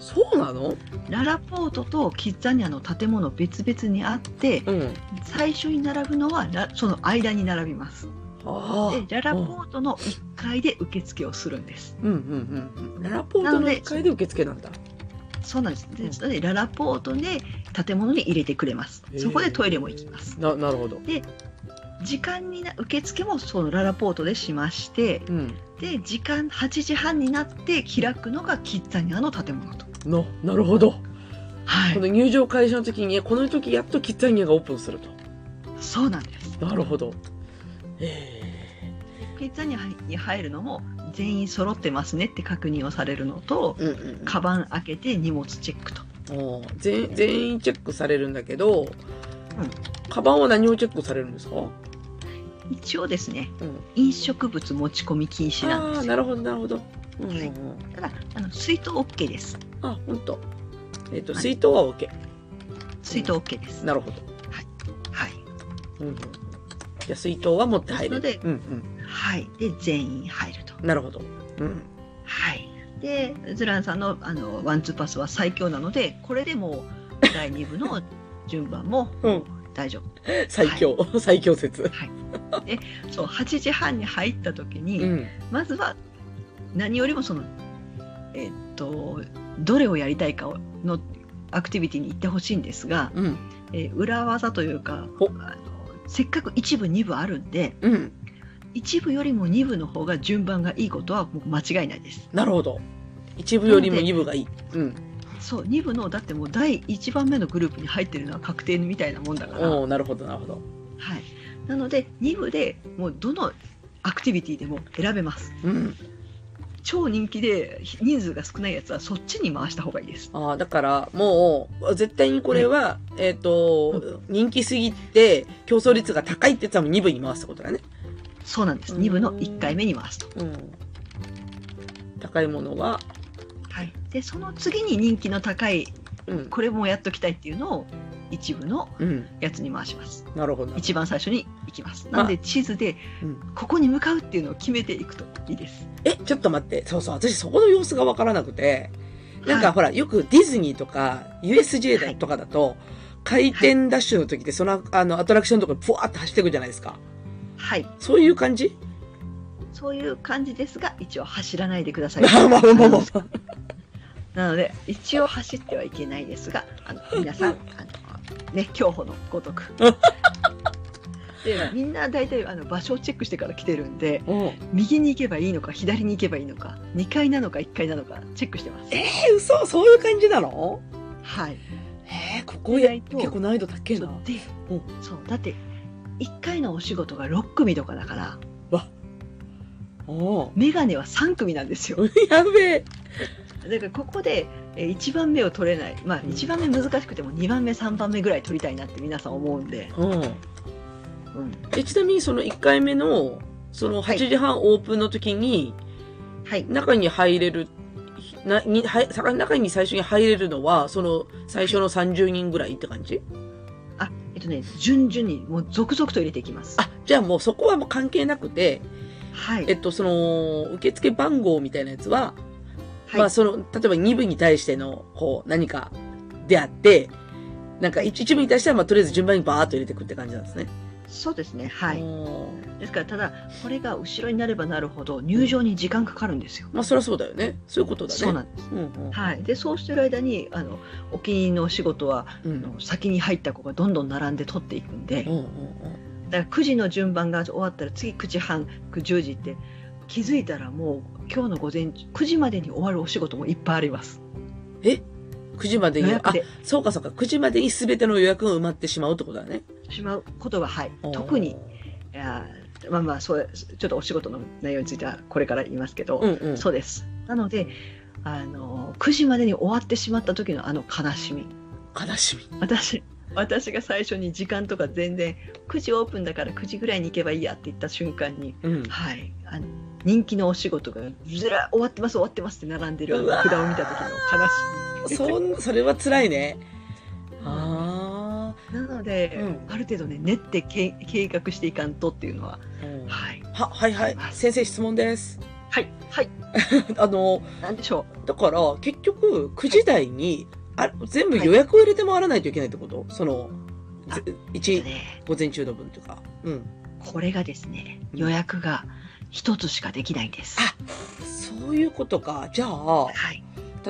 S2: そうなの
S3: ララポートとキッザニアの建物別々にあって
S2: うん。
S3: 最初に並ぶのはラその間に並びます
S2: ああ。
S3: でララポートの1階で受付をするんです
S2: うんうんうんうん。ララポートの1階で受付なんだ。
S3: そうなんです。
S2: うん
S3: ですので、ララポートで建物に入れてくれます
S2: へ。ー
S3: そこでトイレも行きます。
S2: な、なるほど。
S3: 時間にな受付もそのララポートでしまして、
S2: うん。
S3: で時間8時半になって開くのがキッザニアの建物と。
S2: な、なるほど。
S3: は
S2: こ
S3: い。
S2: の入場開始の時に、えこの時やっとキッザニアがオープンすると。
S3: そうなんです。
S2: なるほど。え
S3: キッザニアに入るのも全員揃ってますねって確認をされるのと、
S2: えうんうん。
S3: カバン開けて荷物チェックと。
S2: おー全全員チェックされるんだけど、
S3: ん
S2: カバンは何をチェックされるんですか、うん、
S3: 一応ですね、
S2: うん
S3: 飲食物持ち込み禁止なん
S2: あ
S3: で
S2: あ
S3: す
S2: な
S3: よ。
S2: るほどなるほど、うんうんうん
S3: ただあの水筒 OK です。
S2: あ本当えっ、と
S3: はい
S2: 水筒は OK
S3: 水筒 OK です。
S2: なるほど、
S3: はい。
S2: うんうん、じゃあ水筒は持って入
S3: な
S2: る
S3: ので
S2: うんうん
S3: はい、で全員入ると。
S2: なるほどうん
S3: はい、でズランさんのあのワンツーパスは最強なのでこれでもう第2部の順番も
S2: うん
S3: 大丈夫。
S2: 最強、 最強説
S3: そう8時半に入った時に、
S2: うん
S3: まずは何よりもそのえっとどれをやりたいかをのアクティビティに行ってほしいんですが、
S2: うん
S3: えー裏技というか
S2: お
S3: あのせっかく1部2部あるんで
S2: うん
S3: 1部よりも2部の方が順番がいいことはもう間違いないです。
S2: なるほど一部よりも
S3: なので
S2: 二部がいいうん
S3: そう2部のだってもう第1番目のグループに入ってるのは確定みたいなもんだから、は
S2: おおなるほどなるほど
S3: い、なので2部でもうどのアクティビティでも選べます
S2: うん
S3: 超人気で人数が少ないやつはそっちに回した方がいいです
S2: ああ、だから、もう、絶対にこれは、えっ、と、人気すぎて、競争率が高いってやつはもう2部に回すってことだね。
S3: そうなんです
S2: うん
S3: 2部の1回目に回すと、
S2: うん。高いものは、
S3: はい、でその次に人気の高い
S2: うん。
S3: これもやっときたいっていうのを1部の
S2: うん。
S3: やつに回します
S2: なるほどな。
S3: 一番最初に行きます
S2: まあ
S3: なので地図で
S2: うん
S3: ここに向かうっていうのを決めていくといいです
S2: え、ちょっと待って。そうそう。私、そこの様子がわからなくて。なんか、
S3: はい
S2: ほら、よくディズニーとか、USJ だ
S3: はい
S2: とかだと、回転ダッシュの時って、その、あの、アトラクションのところに、ふわーって走っていくじゃないですか。
S3: はい
S2: そういう感じ
S3: そういう感じですが、一応走らないでください。
S2: まあまあまあまあまあ。
S3: なので、一応走ってはいけないですが、あの 皆さん、あのね、競歩のごとく。でみんな大体あの場所をチェックしてから来てるんで
S2: うん。
S3: 右に行けばいいのか左に行けばいいのか2階なのか1階なのかチェックしてます
S2: えー、嘘そういう感じなの
S3: はい
S2: えー、ここや、
S3: 意外と
S2: 結構難易度高えな。
S3: で
S2: う
S3: そうだって1回のお仕事が6組とかだから
S2: おう
S3: メガネは3組なんですよ
S2: やべえ。
S3: だからここでえー1番目を取れない、まあ、
S2: うん
S3: 1番目難しくても2番目3番目ぐらい取りたいなって皆さん思うんで、
S2: うん。
S3: うん
S2: え、ちなみにその1回目の、その
S3: はい
S2: 8時半オープンの時に、
S3: はい、
S2: 中に入れる、な、に、はい、さ中に最初に入れるのは、その最初の30人ぐらいって感じ
S3: あえっとね順々にもう続々と入れていきます
S2: あ、じゃあもうそこはもう関係なくて、
S3: はい
S2: えっと、その、受付番号みたいなやつは、
S3: はい、
S2: まあその、例えば2部に対しての、こう、何かであって、なんか1部に対しては、まあとりあえず順番にバーっと入れていくって感じなんですね。
S3: そうですねはい
S2: おー
S3: ですからただこれが後ろになればなるほど入場に時間かかるんですよ、
S2: まあそりゃそうだよね。そういうことだね。
S3: そうなんです
S2: うんうん
S3: はい、でそうしてる間にあのお気に入りのお仕事は
S2: う
S3: あ
S2: ん
S3: の先に入った子がどんどん並んで取っていくんで
S2: うんうんうん
S3: だから9時の順番が終わったら次9時半10時って気づいたらもう今日の午前9時までに終わるお仕事もいっぱいあります
S2: え ?9 時まで
S3: 予
S2: に、
S3: 約
S2: あ、
S3: で
S2: そうかそうか、9時までに全ての予約が埋まってしまうってことだね。
S3: しまうことははい特に。いやーまあまあそうちょっとお仕事の内容についてはこれから言いますけど、
S2: うんうん。
S3: そうですなのであの9時までに終わってしまった時のあの悲しみ
S2: 悲しみ。
S3: 私私が最初に時間とか全然9時オープンだから9時ぐらいに行けばいいやって言った瞬間に
S2: うん。
S3: はいあの人気のお仕事がずら終わってます終わってますって並んでるあの
S2: うわー
S3: 札を見た時の悲し
S2: そんそれは辛いね。あ
S3: みなので、
S2: うん
S3: ある程度ね練ってけ計画していかんとっていうのは、
S2: あ、うんは
S3: はい
S2: はいはい先生質問です。
S3: はいはい
S2: あの
S3: なんでしょ
S2: だから結局9時台にあ全部予約を入れて回らないといけないってこと？そのぜ
S3: う、
S2: 一
S3: ね、
S2: 午前中の分とか。うん。
S3: これがですね
S2: うん
S3: 予約が一つしかできないんです、
S2: あそういうことか。じゃあ
S3: はい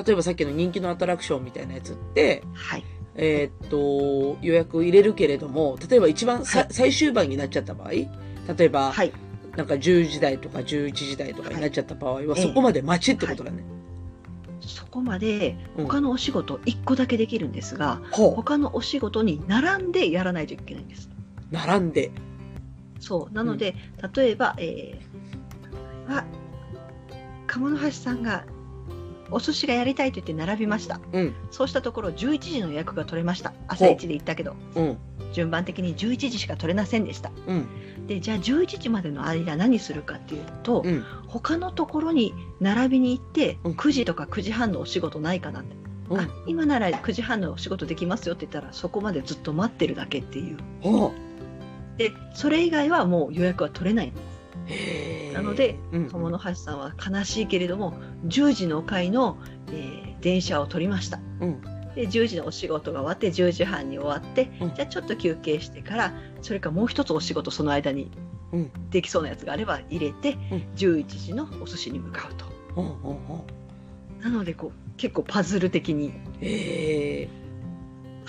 S2: 例えばさっきの人気のアトラクションみたいなやつって。
S3: はい
S2: えーっと予約入れるけれども例えば一番さ、
S3: はい
S2: 最終盤になっちゃった場合例えば、
S3: はい
S2: なんか10時台とか11時台とかになっちゃった場合は、
S3: い
S2: そこまで待ちってことだね。
S3: そこまで
S2: うん
S3: 他のお仕事1個だけできるんですが、
S2: ほ
S3: 他のお仕事に並んでやらないといけないんです
S2: う並んで。
S3: そうなので、例えば、えー、あ鴨の橋さんがお寿司がやりたいと言って並びました
S2: うん
S3: そうしたところ11時の予約が取れました朝1で行ったけど
S2: うん
S3: 順番的に11時しか取れませんでした
S2: うん
S3: でじゃあ11時までの間何するかっていうと、
S2: うん。
S3: 他のところに並びに行って
S2: うん
S3: 9時とか9時半のお仕事ないかなって、
S2: うん
S3: あ今なら9時半のお仕事できますよって言ったらそこまでずっと待ってるだけっていう
S2: ほ
S3: でそれ以外はもう予約は取れないう
S2: へー
S3: なので、
S2: うん、
S3: 鴨の橋さんは悲しいけれども10時の回の、えー電車を取りました
S2: うん
S3: で10時のお仕事が終わって10時半に終わって、
S2: うん
S3: じゃあちょっと休憩してからそれかもう一つお仕事その間に
S2: うん
S3: できそうなやつがあれば入れて、
S2: うん
S3: 11時のお寿司に向かうと
S2: ほうほうほ
S3: なのでこう結構パズル的に
S2: う。へえ。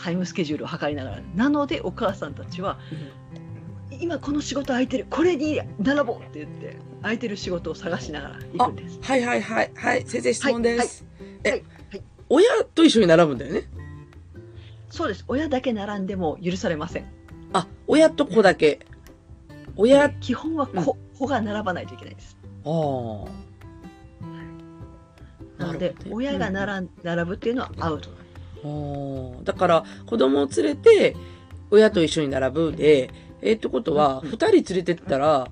S3: タイムスケジュールを測りながらなのでお母さんたちは今この仕事空いてるこれに並ぼうって言って空いてる仕事を探しながら行くんです。
S2: はいはいはいはい先生質問です。
S3: はいはい
S2: え、
S3: はい
S2: 親と一緒に並ぶんだよね。
S3: そうです親だけ並んでも許されません
S2: あ親と子だけ。親あ
S3: 基本は子,、子が並ばないといけないです
S2: あ。
S3: なので
S2: なるほど
S3: 親が並ん並ぶっていうのはアウトなんです
S2: おーだから子供を連れて親と一緒に並ぶで、えーってことは
S3: うん
S2: 2人連れてったら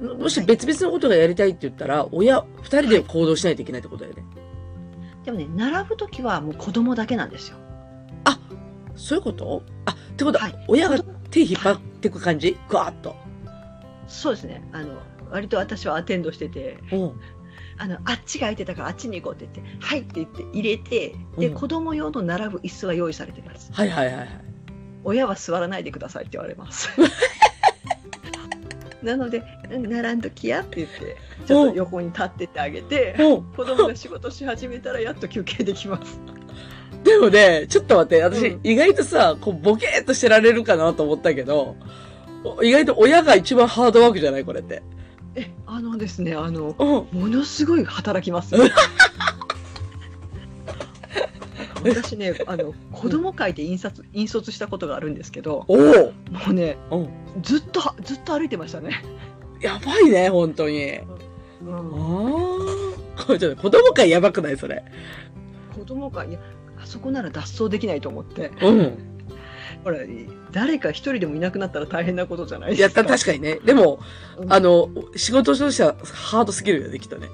S2: ももし別々のことがやりたいって言ったら親2人で行動しないといけないってことだよね。
S3: でもね並ぶ時はもう子供だけなんですよ
S2: そういうことあってことは、
S3: はい
S2: 親が手引っ張ってく感じぐわーっと。
S3: そうですねあの割と私はアテンドしてて
S2: うん
S3: あのあっちが空いてたからあっちに行こうって言って「はい」って言って入れてで、
S2: うん
S3: 子供用の並ぶ椅子は用意されてます
S2: はいはいはいはい。
S3: 親は座らないでくださいって言われますなので「並んどきや」って言ってちょっと横に立っててあげて、
S2: お
S3: 子供が仕事し始めたらやっと休憩できます。
S2: でもねちょっと待って私、
S3: うん
S2: 意外とさこうボケーっとしてられるかなと思ったけどお意外と親が一番ハードワークじゃないこれって。
S3: え、あのですね、あの、
S2: うん
S3: ものすごい働きます。私ね、あの、子供会で印刷、引率したことがあるんですけど、
S2: おお
S3: もうね、
S2: うん
S3: ずっと、ずっと歩いてましたね。
S2: やばいね本当に。あ
S3: うん、
S2: あ。これちょっと子供会やばくないそれ。
S3: 子供会、いや、あそこなら脱走できないと思って、
S2: うん。
S3: ほら、誰か一人でもいなくなったら大変なことじゃない
S2: い
S3: で
S2: や
S3: すか。
S2: た確かにね。でも、
S3: うん
S2: あの、仕事としてはハードすぎるよね、きっとね。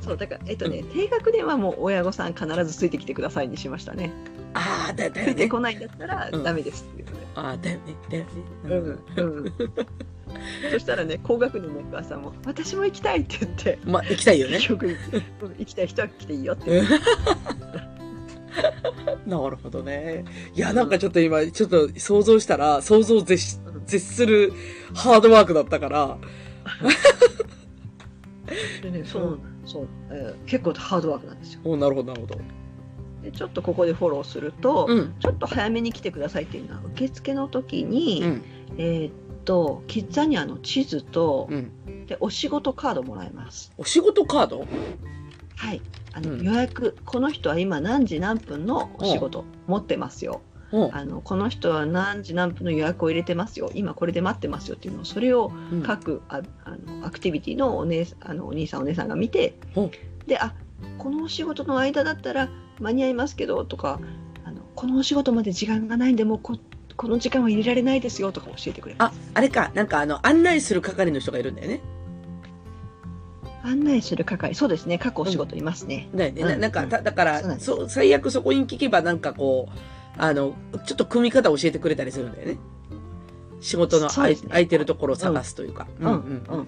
S3: そう、だから、えっとね、低学年はもう親御さん必ずついてきてくださいにしましたね。
S2: ああ、だよだ
S3: つ
S2: よ
S3: いて
S2: ね。
S3: こないんだったら
S2: うん
S3: ダメですっていうので、
S2: ああ、だよね。だよね。
S3: うんうん、 そしたらね高学年のお母さんも「私も行きたい」って言って
S2: まあ、行きたいよね
S3: 結。局うん行きたい人は来ていいよって
S2: うん なるほどね。いや、なんかちょっと今、ちょっと想像したら、想像を絶し
S3: うん
S2: 絶するハードワークだったから、
S3: でねそうそう、えー結構ハードワークなんですよ
S2: おなるほど、なるほど。
S3: でちょっとここでフォローすると、
S2: うん。
S3: ちょっと早めに来てくださいっていうのは受付の時に、
S2: うん。
S3: えーっとキッザニアの地図と、
S2: うん。
S3: でお仕事カードもらえます
S2: お仕事カード
S3: はいあの、
S2: うん
S3: 予約この人は今何時何分のお仕事持ってますよ
S2: うん。
S3: あのこの人は何時何分の予約を入れてますよ今これで待ってますよっていうのをそれを
S2: うん
S3: 各ああのアクティビティのお,、ね、あのお兄さんお姉さんが見て
S2: うん
S3: であこのお仕事の間だったら間に合いますけどとかあのこのお仕事まで時間がないんでもうここの時間は入れられないですよとか教えてくれ
S2: あ
S3: ます。、
S2: あれか、なんかあの、案内する係の人がいるんだよね。
S3: 案内する係、そうですね、過去お仕事いますね。
S2: ないね。な
S3: うん
S2: なんか、
S3: うん
S2: ただから
S3: そうなん、です
S2: そう、最悪そこに聞けば、なんかこう、あの、ちょっと組み方教えてくれたりするんだよね。仕事の
S3: そう
S2: 空
S3: で
S2: い
S3: すね
S2: 空いてるところを探すというか。
S3: うん、うん、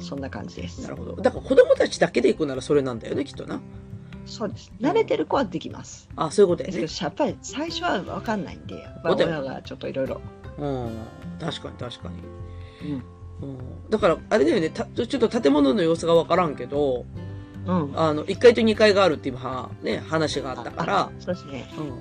S3: そんな感じで
S2: な
S3: す
S2: る。ほど。だから子供たちだけで行くならそれなんだよね、きっとな。
S3: そうです。慣れてる子はできます。
S2: あ、そういうこと
S3: で
S2: や
S3: すけ
S2: ね。
S3: ど、やっぱり最初は分かんないんで、やっぱ
S2: そうだよ
S3: 親がちょっといろいろ。
S2: うん。確かに確かに。
S3: うん
S2: うん。だから、あれだよね、たちょっと建物の様子がわからんけど、
S3: うん。
S2: あの、1階と2階があるっていうは、ね、話があったから、
S3: そうですね。
S2: うん。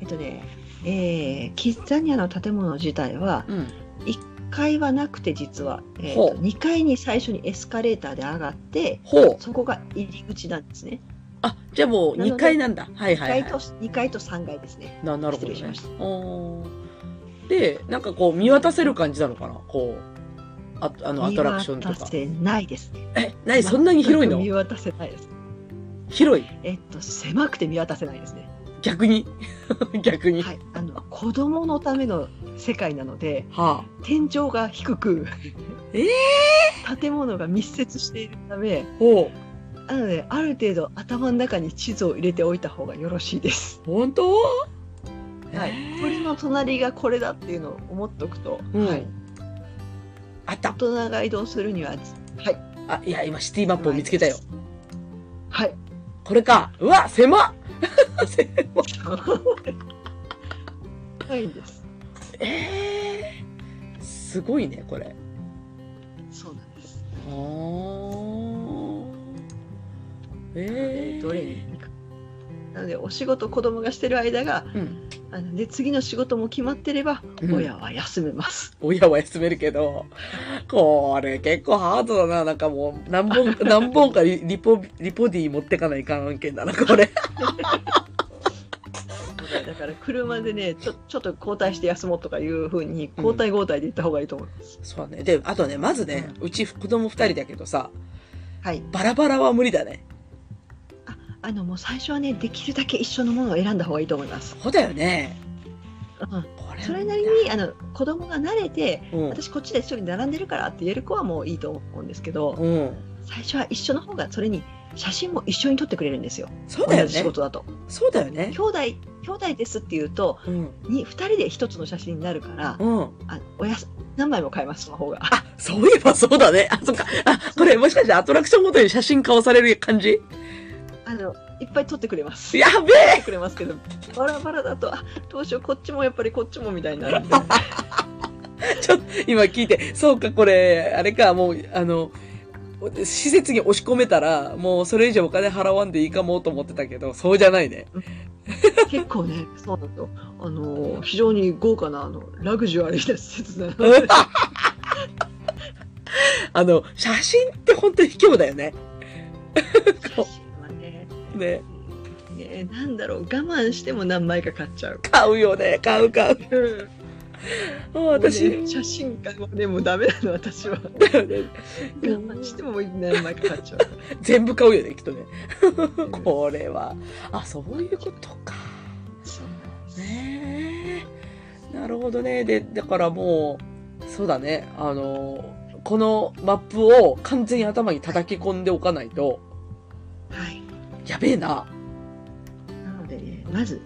S3: えっとね、えー、キッザニアの建物自体は、
S2: うん。
S3: 1階はなくて実は、えー
S2: ほ
S3: と
S2: う
S3: 2階に最初にエスカレーターで上がって、
S2: ほう。
S3: そこが入り口なんですね。
S2: あ、じゃあもう2階なんだ。はい
S3: 2
S2: はい、はい。
S3: 階と2階と3階ですね。
S2: ななるほどね
S3: 失礼しまし
S2: おーでなんかこう見渡せる感じなのかなこうああのアトラクションと
S3: 見渡
S2: か
S3: せないですね。
S2: え何そんなに広い
S3: 全く見
S2: の
S3: 渡せないです。
S2: 広い
S3: えっと狭くて見渡せないですね。
S2: 逆に 逆に、
S3: はい、あの子供のための世界なので
S2: は
S3: 天井が低く、
S2: え
S3: 建物が密接しているため
S2: あおう
S3: なのである程度頭の中に地図を入れておいた方がよろしいです。
S2: 本当
S3: はい
S2: え、ー
S3: これの隣がこれだっていうのを思っておくと、
S2: うん
S3: はい、
S2: あった
S3: 大人が移動するにははい
S2: あいや今シティマップを見つけたよ。
S3: はい、
S2: これかうわ狭っ 狭っ
S3: ないんです。
S2: えー、すごいねこれ
S3: そうなんです。
S2: あー
S3: で
S2: えー、
S3: どれに行くなのでお仕事子供がしてる間が
S2: うん、
S3: あので次の仕事も決まってれば、
S2: うん
S3: 親は休めます。
S2: 親は休めるけど、これ結構ハードだな。なんかもう何 本、何本かリリポ、リポディ持ってかないかん案件だな、これ。
S3: だから車でねちょちょっと交代して休もうとかいうふうに交代交代で行った方がいいと思います。
S2: そうね。で、あとね、まずね、うち子供二人だけどさ、
S3: はい、
S2: バラバラは無理だね。
S3: あのもう最初はねできるだけ一緒のものを選んだ方がいいと思います。
S2: そうだよね。
S3: うん
S2: これ
S3: それなりにあの子供が慣れて
S2: うん。
S3: 私こっちで一緒に並んでるからって言える子はもういいと思うんですけど
S2: うん。
S3: 最初は一緒の方がそれに写真も一緒に撮ってくれるんですよ
S2: そうだ
S3: 同
S2: よ
S3: じ仕
S2: ね。
S3: 事だと。
S2: そうだよね
S3: 兄。弟兄弟ですって言うと
S2: うん。
S3: に2人で1つの写真になるから
S2: うん。
S3: あおやす何枚も買えますその方が。
S2: あ、そういえばそうだね。あ、そっか。あ、これもしかしてアトラクションごとに写真買わされる感じ
S3: あのいっぱい撮ってくれます。
S2: やべ
S3: 撮っ
S2: え
S3: てくれますけど、バラバラだと、あどうしよう、こっちもやっぱりこっちもみたいになるんで、
S2: 今聞いて、そうか、これ、あれか、もう、あの、施設に押し込めたら、もうそれ以上お金払わんでいいかもと思ってたけど、そうじゃないね。
S3: 結構ね、そうなんですよ。あの非常に豪華なあのラグジュアリーな施設な ので、
S2: あの、写真って本当に卑怯だよね。
S3: 写真はね、
S2: ね。
S3: ねなんだろう、我慢しても何枚か買っちゃう。
S2: 買うよね。買う買う。あー私、
S3: もうね写真家もね、もうダメなの、私は。我
S2: だよね
S3: 慢しても何枚か買 っちゃう。
S2: 全部買うよね、きっとね。これは。あ、そういうことか。
S3: そう
S2: ねえなるほどね。で、だからもう、そうだね。あの、このマップを完全に頭に叩き込んでおかないと、
S3: はい。
S2: やべえな。
S3: なのでね、まず、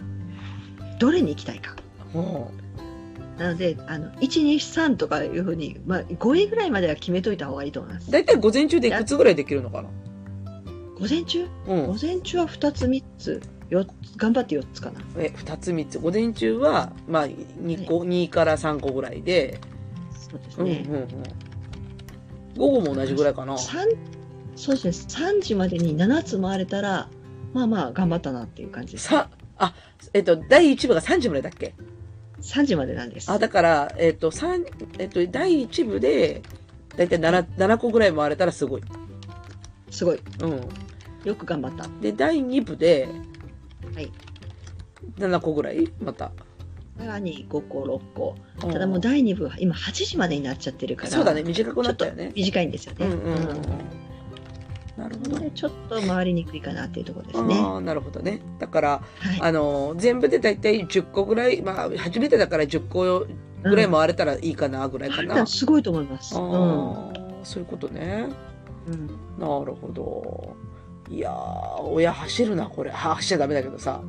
S3: どれに行きたいか。
S2: うん。
S3: なので、あの、1、2、3とかいうふうに、まあ、5位ぐらいまでは決めといた方がいいと思います。
S2: だいたい午前中でいくつぐらいできるのかな
S3: 午前中
S2: う
S3: 午
S2: ん。
S3: 前中は2つ、3つ、4つ、頑張って4つかな。
S2: え、二つ三つ。午前中は、まあ、2個、二から3個ぐらいで、
S3: そうです
S2: うんうん
S3: ね。
S2: うん。午後も同じぐらいかな。
S3: 三そうですね、3時までに7つ回れたら、まあまあ、頑張ったなっていう感じです。
S2: さ、あ、えっと、第1部が3時までだっけ
S3: 3時までなんです。
S2: あ、だから、えっ、と、三えっ、と、第1部で、だいたい 7, 7個ぐらい回れたらすごい。
S3: すごい。
S2: うん。
S3: よく頑張った。
S2: で、第2部で、
S3: はい。
S2: 7個ぐらいまた。
S3: さらに5個、6個。
S2: うん
S3: ただもう第2部は、今8時までになっちゃってるから、
S2: そうだね、短くなったよ
S3: ちょっ
S2: ね
S3: と。短いんですよ
S2: う
S3: ね。
S2: んうんうん。なるほど。
S3: でちょっと回りにくいかなっていうところですね。
S2: ああ、なるほどね。だから、
S3: はい、
S2: あの、全部でだいたい10個ぐらい、まあ、初めてだから10個ぐらい回れたらいいかな、ぐらいか
S3: う
S2: な。
S3: んすごいと思います。うん、
S2: ああ、そういうことね。
S3: うん、
S2: なるほど。いやー、親走るな、これ。 は走っちゃダメだけどさ、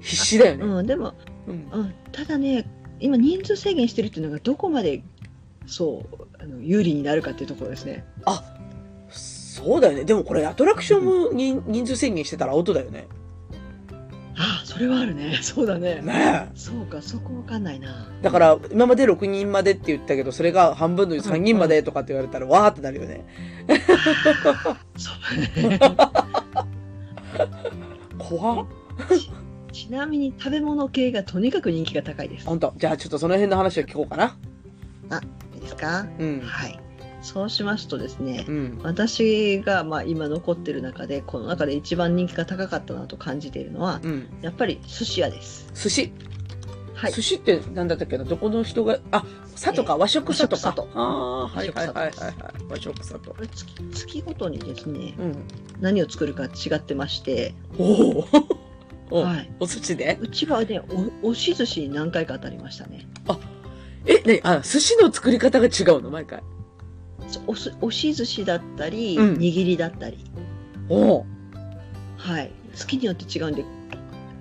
S2: 必死だよね。
S3: うん、でも、
S2: うん。
S3: うん、ただね今人数制限してるっていうのがどこまでそうあの有利になるかっていうところですね
S2: そうだよね。でもこれ、アトラクションも人人数制限してたらアウトだよね。
S3: ああそれはあるねそうだね
S2: ねえ。
S3: そうかそこわかんないな
S2: だから、今まで6人までって言ったけど、それが半分の3人までとかって言われたら、わーってなるよね。
S3: そう ね
S2: 怖っ
S3: ちなみに食べ物系がとにかく人気が高いです
S2: ほんと。じゃあ、ちょっとその辺の話を聞こうかな。
S3: いいですか
S2: うん。
S3: はいそうしますとですね
S2: うん。
S3: 私がまあ今残ってる中でこの中で一番人気が高かったなと感じているのは
S2: うん。
S3: やっぱり寿司屋です
S2: 寿司。
S3: はい
S2: 寿司って何だったっけなどこの人が、あ、佐とか、和食佐とか
S3: 和食佐。と
S2: ああー、はいはいはいはい
S3: 和食
S2: はい。和食佐と
S3: こ。れ月月ごとにですね
S2: うん。
S3: 何を作るか違ってまして、
S2: おお。お
S3: はい、
S2: お寿司で
S3: うちはねお押し寿司に何回か当たりましたね
S2: え、ね、あ、寿司の作り方が違うの毎回。
S3: そうおす押し寿司だったり、
S2: うん
S3: 握りだったり
S2: おお。
S3: はい好きによって違うんで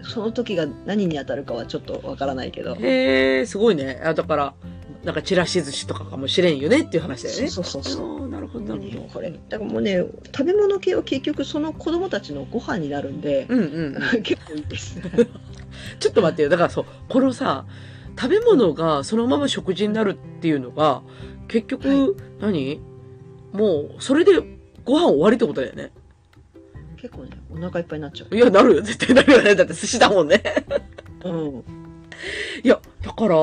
S3: その時が何に当たるかはちょっとわからないけど、
S2: へえ、すごいね。あ、だから、なんかちらし寿司とかかもしれんよねっていう話だよね。
S3: そうそうそうそう
S2: あーなるほど、なるほど。
S3: これだからもうね食べ物系は結局その子供たちのご飯になるんで、
S2: うんうんうん。
S3: 結構いい です
S2: ちょっと待ってよ。だからそう、このさ、食べ物がそのまま食事になるっていうのが、結局、
S3: は
S2: 何もう、それでご飯終わりってことだよね。
S3: 結構ねお腹いっぱいになっちゃ
S2: いや、なるよ。絶対なるよね。だって寿司だもんね。
S3: う、うん、
S2: いや、だから、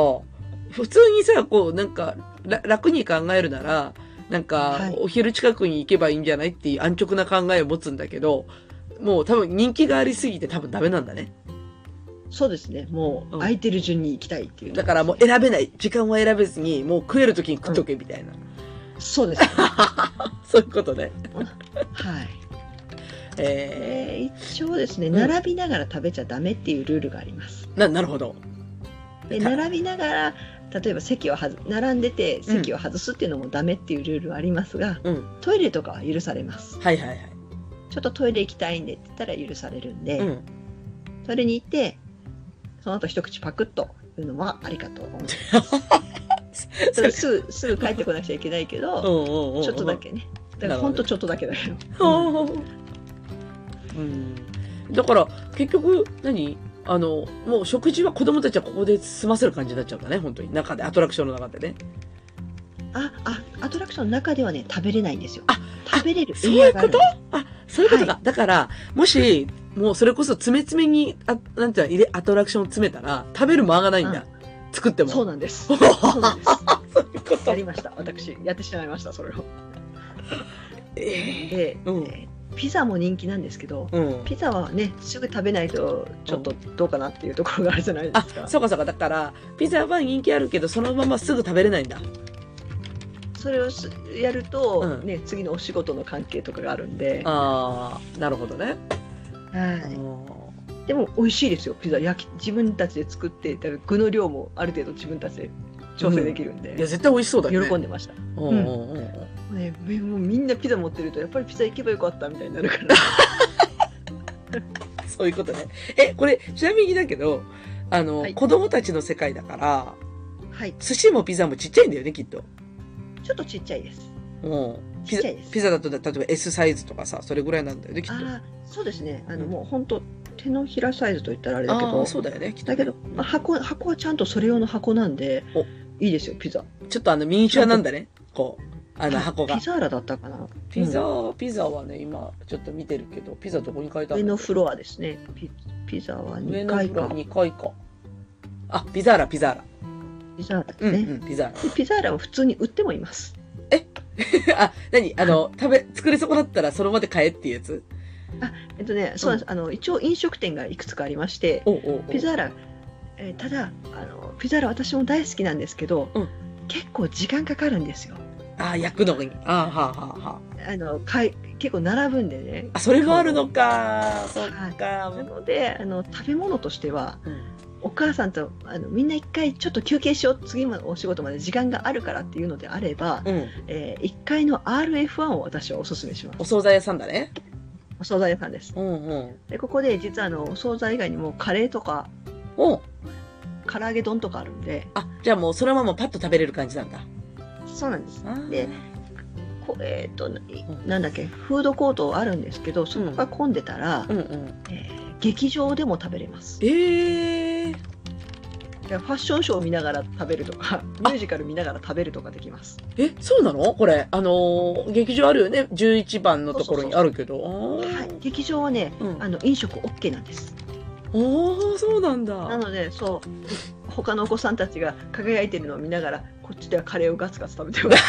S2: 普通にさ、こう、なんか、ら楽に考えるなら、なんか
S3: はい、
S2: お昼近くに行けばいいんじゃないっていう安直な考えを持つんだけど、もう多分人気がありすぎて多分ダメなんだね。
S3: そうですねも
S2: う
S3: うん空いてる順に行きたいっていう、
S2: だからもう選べない。時間は選べずに、もう食える時に食っとけみたいな。
S3: そうですね
S2: そういうことね。
S3: はい
S2: え
S3: えー一応ですね
S2: ん
S3: 並びながら食べちゃダメっていうルールがあります。
S2: ー、な、なるほど。
S3: で
S2: た
S3: 並びながら例えば席をはず並んでて席を外すっていうのもダメっていうルールはありますが、
S2: うん。
S3: トイレとかは許されます。
S2: はいはいはい。
S3: ちょっとトイレ行きたいんでって言ったら許されるんで、
S2: うん。
S3: トイレに行ってその後一口パクッというのはありかと思 います。それすぐすぐ帰ってこなくちゃいけないけ
S2: うん
S3: ど、
S2: うんうんうん
S3: ちょっとだ。けね。だ
S2: なる
S3: から
S2: ほど
S3: ほんとちょっとだけだけど。
S2: うん。だから、結局、何あの、もう食事は子供たちはここで済ませる感じになっちゃうんだね、本当に。中で、アトラクションの中でね。
S3: あ、あ、アトラクションの中ではね食べれないんですよ
S2: あ。
S3: 食べれる
S2: そういうこと
S3: エリアがあるんです
S2: あ、そういうことか。だから、もし、もうそれこそ詰め詰めに、あなんていうの入れ、アトラクションを詰めたら、食べる間がないんだ。作っても。
S3: そうな んです。
S2: そう
S3: そうなんです。
S2: いうこと
S3: やりました。私やってしまいました。それを。
S2: え
S3: で、
S2: うん
S3: えーピザも人気なんですけど
S2: え、うん。
S3: ピザはねすぐ食べないとちょっとどうかなっていうところがあるじゃないで
S2: あ
S3: すか。、
S2: そうかそうか。だから、ピザは人気あるけど、そのまますぐ食べれないんだ。
S3: それをすやると、
S2: うん
S3: ね次のお仕事の関係とかがあるんで。
S2: ああ、なるほどね。
S3: は
S2: うん
S3: い。でも美味しいですよ。ピザ焼き自分たちで作ってだから具の量もある程度自分たちで調整できるんで、
S2: いや、絶対美味しそうだよね。
S3: 喜んでました。
S2: うんうんうんうん。
S3: ね、もうみんなピザ持ってるとやっぱりピザ行けばよかったみたいにな るから。
S2: そういうことね。え、これ、ちなみにだけど、あの、
S3: はい
S2: 子供たちの世界だから、
S3: はい。
S2: 寿司もピザもちっちゃいんだよね、きっと。
S3: ちょっとちっちゃいです。
S2: うん。ピ
S3: ちっち
S2: ザ
S3: ゃいで、す
S2: ピザだと、例えば S サイズとかさ、それぐらいなんだよね、きっと。
S3: ああそうですねあの、
S2: うん
S3: もう本当手のひらサイズといったらあれだけ
S2: あ
S3: ど
S2: ーそうだよね、きっとね。
S3: だけど、まあ、箱箱はちゃんとそれ用の箱なんで
S2: お
S3: いいですよピザ
S2: ちょっとあの、ミニチュアなんだね。こう、あの
S3: あ
S2: 箱が
S3: ピ。ザーラだったかな
S2: ピザ、ピザはね、今、ちょっと見てるけど、ピザどこに書いてあ
S3: 上
S2: る
S3: のフロアですねピピザは
S2: 上
S3: 2
S2: の
S3: 階
S2: フロア
S3: か
S2: 2階か。あ、ピザーラ、ピザーラ。
S3: ピザーラです
S2: うん、
S3: ね、
S2: うん、ピザーラ。
S3: でピザーラは普通に売ってもいます
S2: あ、何あの、食べ、作り損なったらその場で買えっていうやつ
S3: えっとねそうなんです、あの一応飲食店がいくつかありまして
S2: おうおうおう
S3: ピザーラ、えーただあのピザーラ私も大好きなんですけど、
S2: うん
S3: 結構時間かかるんですよ
S2: あー、焼くのに。あー、はあ、はあ、はあ。
S3: あのかい結構並ぶんでね
S2: あ、それもあるのか。そっか。
S3: なのであの食べ物としては
S2: うん
S3: お母さんとあのみんな一回ちょっと休憩しよう次のお仕事まで時間があるからっていうのであれば、
S2: うん。
S3: え1階の RF1 を私はおすすめします
S2: お惣菜屋さんだね。
S3: お惣菜屋さんです
S2: うんうん。
S3: でここで実はあのお惣菜以外にもカレーとか
S2: お
S3: 唐揚げ丼とかあるんで
S2: あ、じゃあもうそのままパッと食べれる感じなんだ。
S3: そうなんです
S2: あー
S3: でこえっ、といなんだっけフードコートあるんですけどそこが混んでたら、
S2: うんうん。
S3: えー劇場でも食べれます
S2: ええー。
S3: いやファッションショーを見ながら食べるとかミュージカル見ながら食べるとかできます
S2: え、そうなのこれ。あのー劇場あるよね。11番のところにあるけど。あー
S3: はい、劇場はね、
S2: うん
S3: あの飲食 OK なんです
S2: おー、そうなん
S3: な
S2: だ。
S3: のでそう他のお子さんたちが輝いてるのを見ながらこっちではカレーをガツガツ食べてます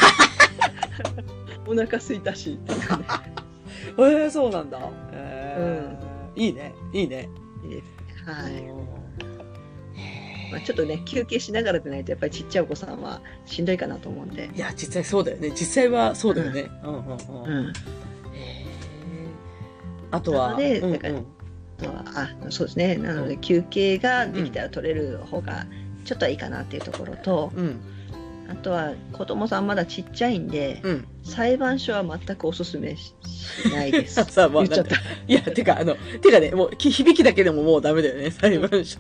S3: お腹空いたしっていうね
S2: えー、そうなんだ。えーいいね。いいね。
S3: はい
S2: い
S3: まあ、ちょっとね休憩しながらでないとやっぱりちっちゃいお子さんはしんどいかなと思うんで、
S2: いや、実際そうだよね。実際はそうだよね。うんうんうん。
S3: うん、
S2: へーあとは、
S3: なので
S2: うん
S3: だから
S2: うん
S3: あとはあそうですねなので休憩ができたら取れる方がちょっとはいいかなっていうところと
S2: うん
S3: あとは子供さんまだちっちゃいんで
S2: うん、
S3: 裁判所は全くおすすめししないです
S2: さあ まあ
S3: 言っちゃった
S2: いやてかあのてかねもうき響きだけでももうダメだよね裁判所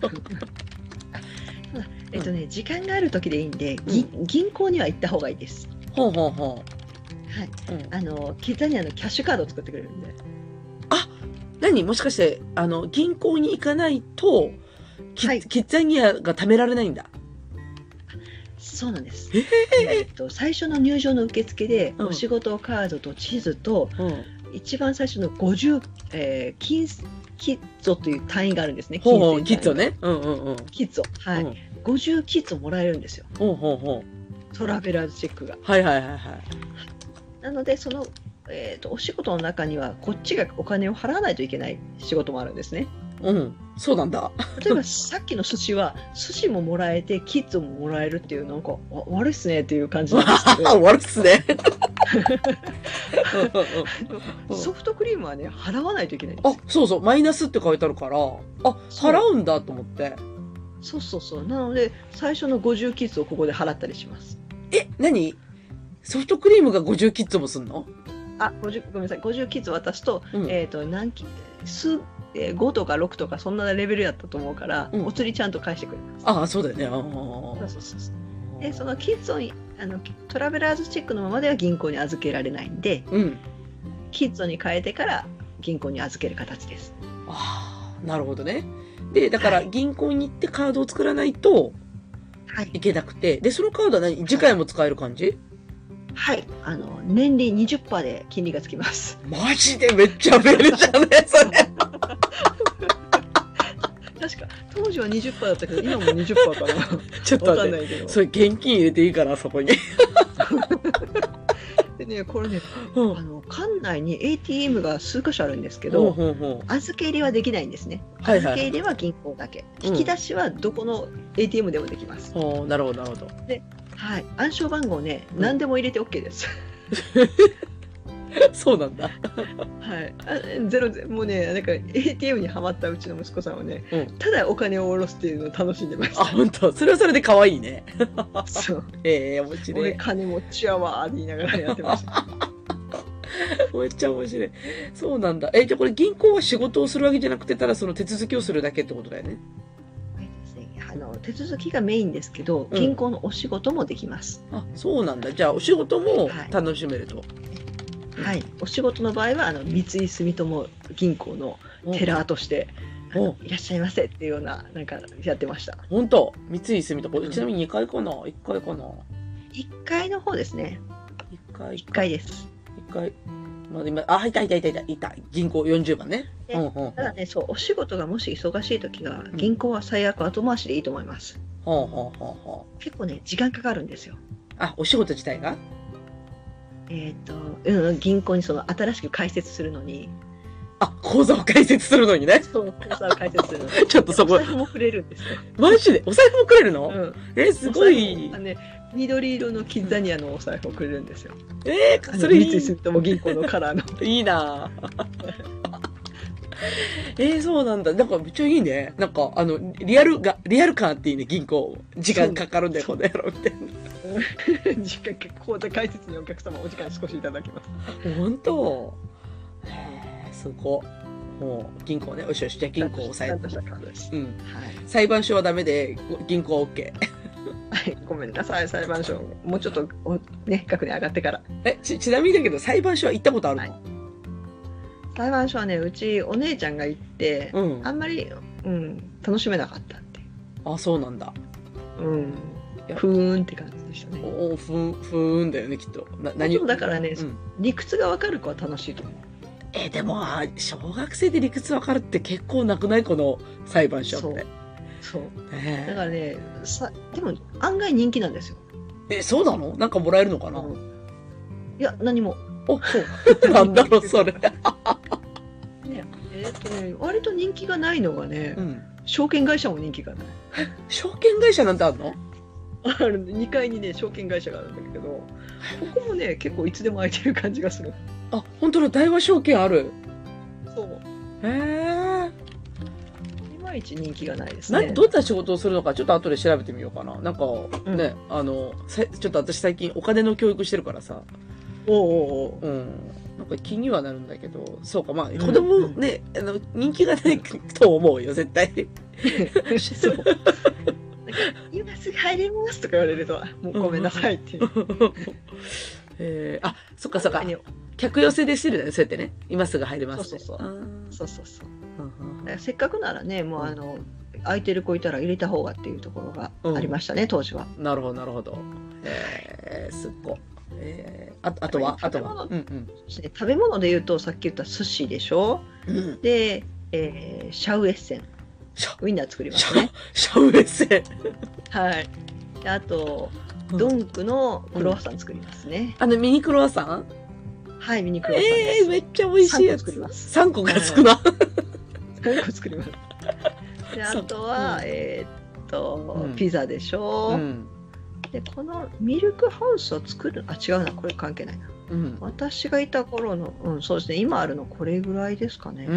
S3: えっとね、時間がある時でいいんで、ぎ銀行には行った方がいいです。
S2: ほうほうほ
S3: はい、
S2: う、うん、
S3: あのキザニアのキャッシュカードを作ってくれるんで、
S2: 何もしかしてあの銀行に行かないとキ,、
S3: はい
S2: キッザニアが貯められないんだ
S3: そうなんです。えっと最初の入場の受付で、
S2: うん
S3: お仕事カードと地図と
S2: うん
S3: 一番最初の50、えー、金キッゾという単位があるんですね。
S2: ほうほう
S3: 金
S2: キッ
S3: 銭
S2: ズを
S3: 単位。
S2: ねうんうんうん
S3: キッゾ、はい、
S2: うん
S3: 50キッズもらえるんですよ。
S2: ほうほうほ
S3: トラベラーズチェックが。
S2: うはいはいはいはい
S3: なのでそのえっとお仕事の中にはこっちがお金を払わないといけない仕事もあるんですね。
S2: うんそうなんだ
S3: 例えばさっきの寿司は寿司ももらえてキッズももらえるっていうなんかあ悪いっすねっていう感じなんですけ
S2: あ
S3: ど
S2: 悪っすねうんうんうんうん
S3: ソフトクリームはね払わないといけないんです
S2: あ
S3: よ
S2: そうそうマイナスって書いてあるからあ
S3: そう
S2: 払うんだと思って
S3: そうそうそうなので最初の50キッズをここで払ったりします
S2: え何ソフトクリームが50キッズもすんの
S3: あ50ごめんなさい50キッズ渡すと,、
S2: うん
S3: えー、と何キ数えー5とか6とかそんなレベルやったと思うから、
S2: うん
S3: お釣りちゃんと返してくれます
S2: ああそうだよねあー
S3: そうそうそうでそのキッズをあのトラベラーズチェックのままでは銀行に預けられないんで
S2: うん
S3: キッズに変えてから銀行に預ける形です
S2: ああなるほどねでだから
S3: はい
S2: 銀行に行ってカードを作らないと
S3: はい
S2: いけなくてでそのカードは何次回も使える感じ
S3: はい、あの年利20%で金利がつきます。
S2: マジでめっちゃ便利じゃねそれ
S3: 確か当時は20%だったけど今も20%か な。
S2: ちょっと
S3: わか
S2: 待
S3: ん
S2: って
S3: ないけど。
S2: それ現金入れていいかなそこに
S3: でねこれね
S2: うん
S3: あの館内に ATM が数箇所あるんですけ
S2: ほう
S3: ど、
S2: ほうほ
S3: 預け入れはできないんですね。
S2: うはい
S3: 預
S2: は
S3: け
S2: い
S3: 入れは銀行だけ。
S2: うん
S3: 引き出しはどこの ATM でもできます。
S2: ほうなるほどなるほど
S3: はい、暗証番号ね
S2: うん
S3: 何でも入れて OK です。
S2: そうなんだ
S3: はい。あゼロゼもうねなんか ATM にはまったうちの息子さんはね、
S2: うん
S3: ただお金を下ろすっていうのを楽しんでまし
S2: あ本当それはそれで可愛いね
S3: た。 そう。
S2: ええ面白
S3: 俺
S2: い
S3: 金持ちやわーって言いながらやってました。
S2: めっちゃ面白い。そうなんだ。え、じゃあこれ銀行は仕事をするわけじゃなくて、ただその手続きをするだけってことだよね。
S3: あの手続きがメインですけど、
S2: うん
S3: 銀行のお仕事もできます、
S2: あ、そうなんだ。じゃあお仕事も
S3: はい
S2: 楽しめると。うん
S3: はい、お仕事の場合はあの三井住友銀行のテラーとして、あ
S2: お
S3: のいらっしゃいませっていうようななんかやってました
S2: 本当三井住
S3: う
S2: 友。
S3: ん
S2: ちなみに2階かな ?1 階かな
S3: 1階の方ですね
S2: ?1 階。
S3: 1階です
S2: 1階。まあ今、あ、いたいたいたいた。いた。銀行40番ね。
S3: ね
S2: うんうんうん。
S3: ただねそうお仕事がもし忙しい時は
S2: ん
S3: 銀行は最悪後回しでいいと思います、
S2: ほうほうほうほう。
S3: 結構ね時間かかるんですよ
S2: あ、お仕事自体が
S3: えっ、と、うん、銀行にその新しく開設するのに
S2: あ、口座を開設するのにね。
S3: そう口座を開設するのに
S2: ちょっとそこ
S3: お財布も触れるんですよ、
S2: マジでお財布もくれるの、
S3: うん
S2: え、すごい
S3: あ。のね、緑色のキッザニアのお財布をくれるんですよ。
S2: えー
S3: あの
S2: それい
S3: 三井
S2: い
S3: 住友銀行のカラーの。
S2: いいなあ えー、そうなんだ。なんかめっちゃいいね。なんか、あの、リアルが、リアル感あっていいね、銀行。時間かかるんだよ、
S3: そ
S2: こ
S3: う
S2: の野郎みたいな。
S3: 実家結構で解説にお客様お時間少しいただきます。
S2: 本当へえ、そこ。もう、銀行ね。よしよし、じゃあ銀行を押さえ
S3: ちゃ
S2: て。
S3: んとした方です。
S2: うん。
S3: はい。
S2: 裁判所はダメで、銀行は OK。
S3: はい、ごめんなさい、裁判所、もうちょっと、おね、額に上がってから。
S2: え、ち、ちなみにだけど、裁判所は行ったことあるの、
S3: はい裁判所はね、うちお姉ちゃんが行って、
S2: うん
S3: あ。んまり、うん、楽しめなかったって。
S2: あ、そうなんだ。
S3: うん
S2: いや、
S3: ふーんって感じでしたね。
S2: おお、ふん、ふーんだよね、きっと。な、何
S3: でもだからね
S2: うん
S3: 理屈がわかる子は楽しいと思う。
S2: えーでもあー小学生で理屈わかるって結構なくないこの裁判所って、
S3: そう。
S2: ね
S3: だからね、さ、でも案外人気なんですよ。
S2: えそうなのなんかもらえるのかな、
S3: いや、何も。
S2: おそう なんだろうそれ、
S3: えーっとね、割と人気がないのがね
S2: う、ん、
S3: 証券会社も人気がない。
S2: 証券会社なんてあるの
S3: あるね2階にね証券会社があるんだけどここもね結構いつでも空いてる感じがする
S2: あ本当だ大和証券ある
S3: そう
S2: へえ、
S3: いまいち人気がないです
S2: な
S3: ね
S2: どんな仕事をするのかちょっと後で調べてみようかななんかね、あのさちょっと私最近お金の教育してるからさ
S3: おうおうおう
S2: うんなんか気にはなるんだけどそうかまあ
S3: ん
S2: 子供ね、あの人気がないと思うよ絶対
S3: そうなんか今すぐ入れますとか言われるともうごめんなさいっていう
S2: えー、あそっかそっか
S3: ね
S2: 客寄せでしてるねそうやってね今すぐ入れますって
S3: そうそう
S2: あー
S3: そ
S2: うん
S3: そうそうそう
S2: うん
S3: だからせっかくならねもうあの空いてる子いたら入れた方がっていうところがありましたね、当時は
S2: うんなるほどなるほどえー、すっごえー、ああとはあ
S3: やっ
S2: と
S3: ぱり食べ物
S2: はうん
S3: そして食べ物で言うとさっき言った寿司でしょ
S2: うんうん
S3: で、えーシャウエッセン
S2: シャ
S3: ウインナー作りま
S2: シ
S3: した
S2: ャ
S3: ね
S2: ウシャウエッセン
S3: はい。であと、ドンクのクロワッサン作りますね。
S2: あのミニクロワッサン
S3: はい、ミニクロワッサン
S2: えー、めっ
S3: で
S2: ちゃ美味しいやつ3
S3: 3
S2: 個
S3: 個
S2: から
S3: 作
S2: 少
S3: り
S2: な
S3: す。ドンク作ります。で、あとは、
S2: そう
S3: えーっと、
S2: うん
S3: ピザでしょ、
S2: うん
S3: で、このミルクハウスを作る、あ、違うな、これ関係ないな。
S2: うん
S3: 私がいた頃の、うん、そうですね、今あるのこれぐらいですかね。
S2: うー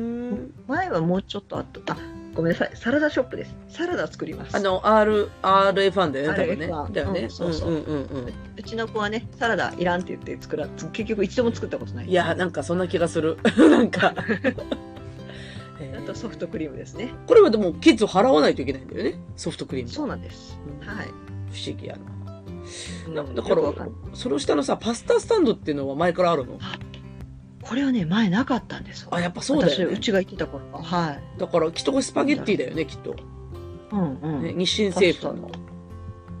S2: ん
S3: 前はもうちょっとあった。あ、ごめんなさい、サラダショップです。サラダ作ります。
S2: あの R RF1 だよね多分
S3: RF は
S2: ねだよ
S3: う
S2: ね
S3: んそうそうん
S2: うんうんうん
S3: うちの子はね、サラダいらんって言って作ら、結局一度も作ったことない。
S2: いやなんかそんな気がする なんか、え
S3: あ
S2: ー
S3: とソフトクリームですね。
S2: これはでもキッズ払わないといけないんだよねソフトクリーム
S3: そう
S2: は
S3: なんです。
S2: うん
S3: はい。
S2: 不思議やな
S3: うん
S2: なだか
S3: よ
S2: ら
S3: くわんない
S2: その下のさパスタスタンドっていうのは前からあるの
S3: これはね前なかったんですよ
S2: あやっぱそうだよ、
S3: 私
S2: ね
S3: う、ちが行ってた頃ははい
S2: だからきっとこれスパゲッティだよねきっと、
S3: うんうん、
S2: ね、日清製粉の
S3: パ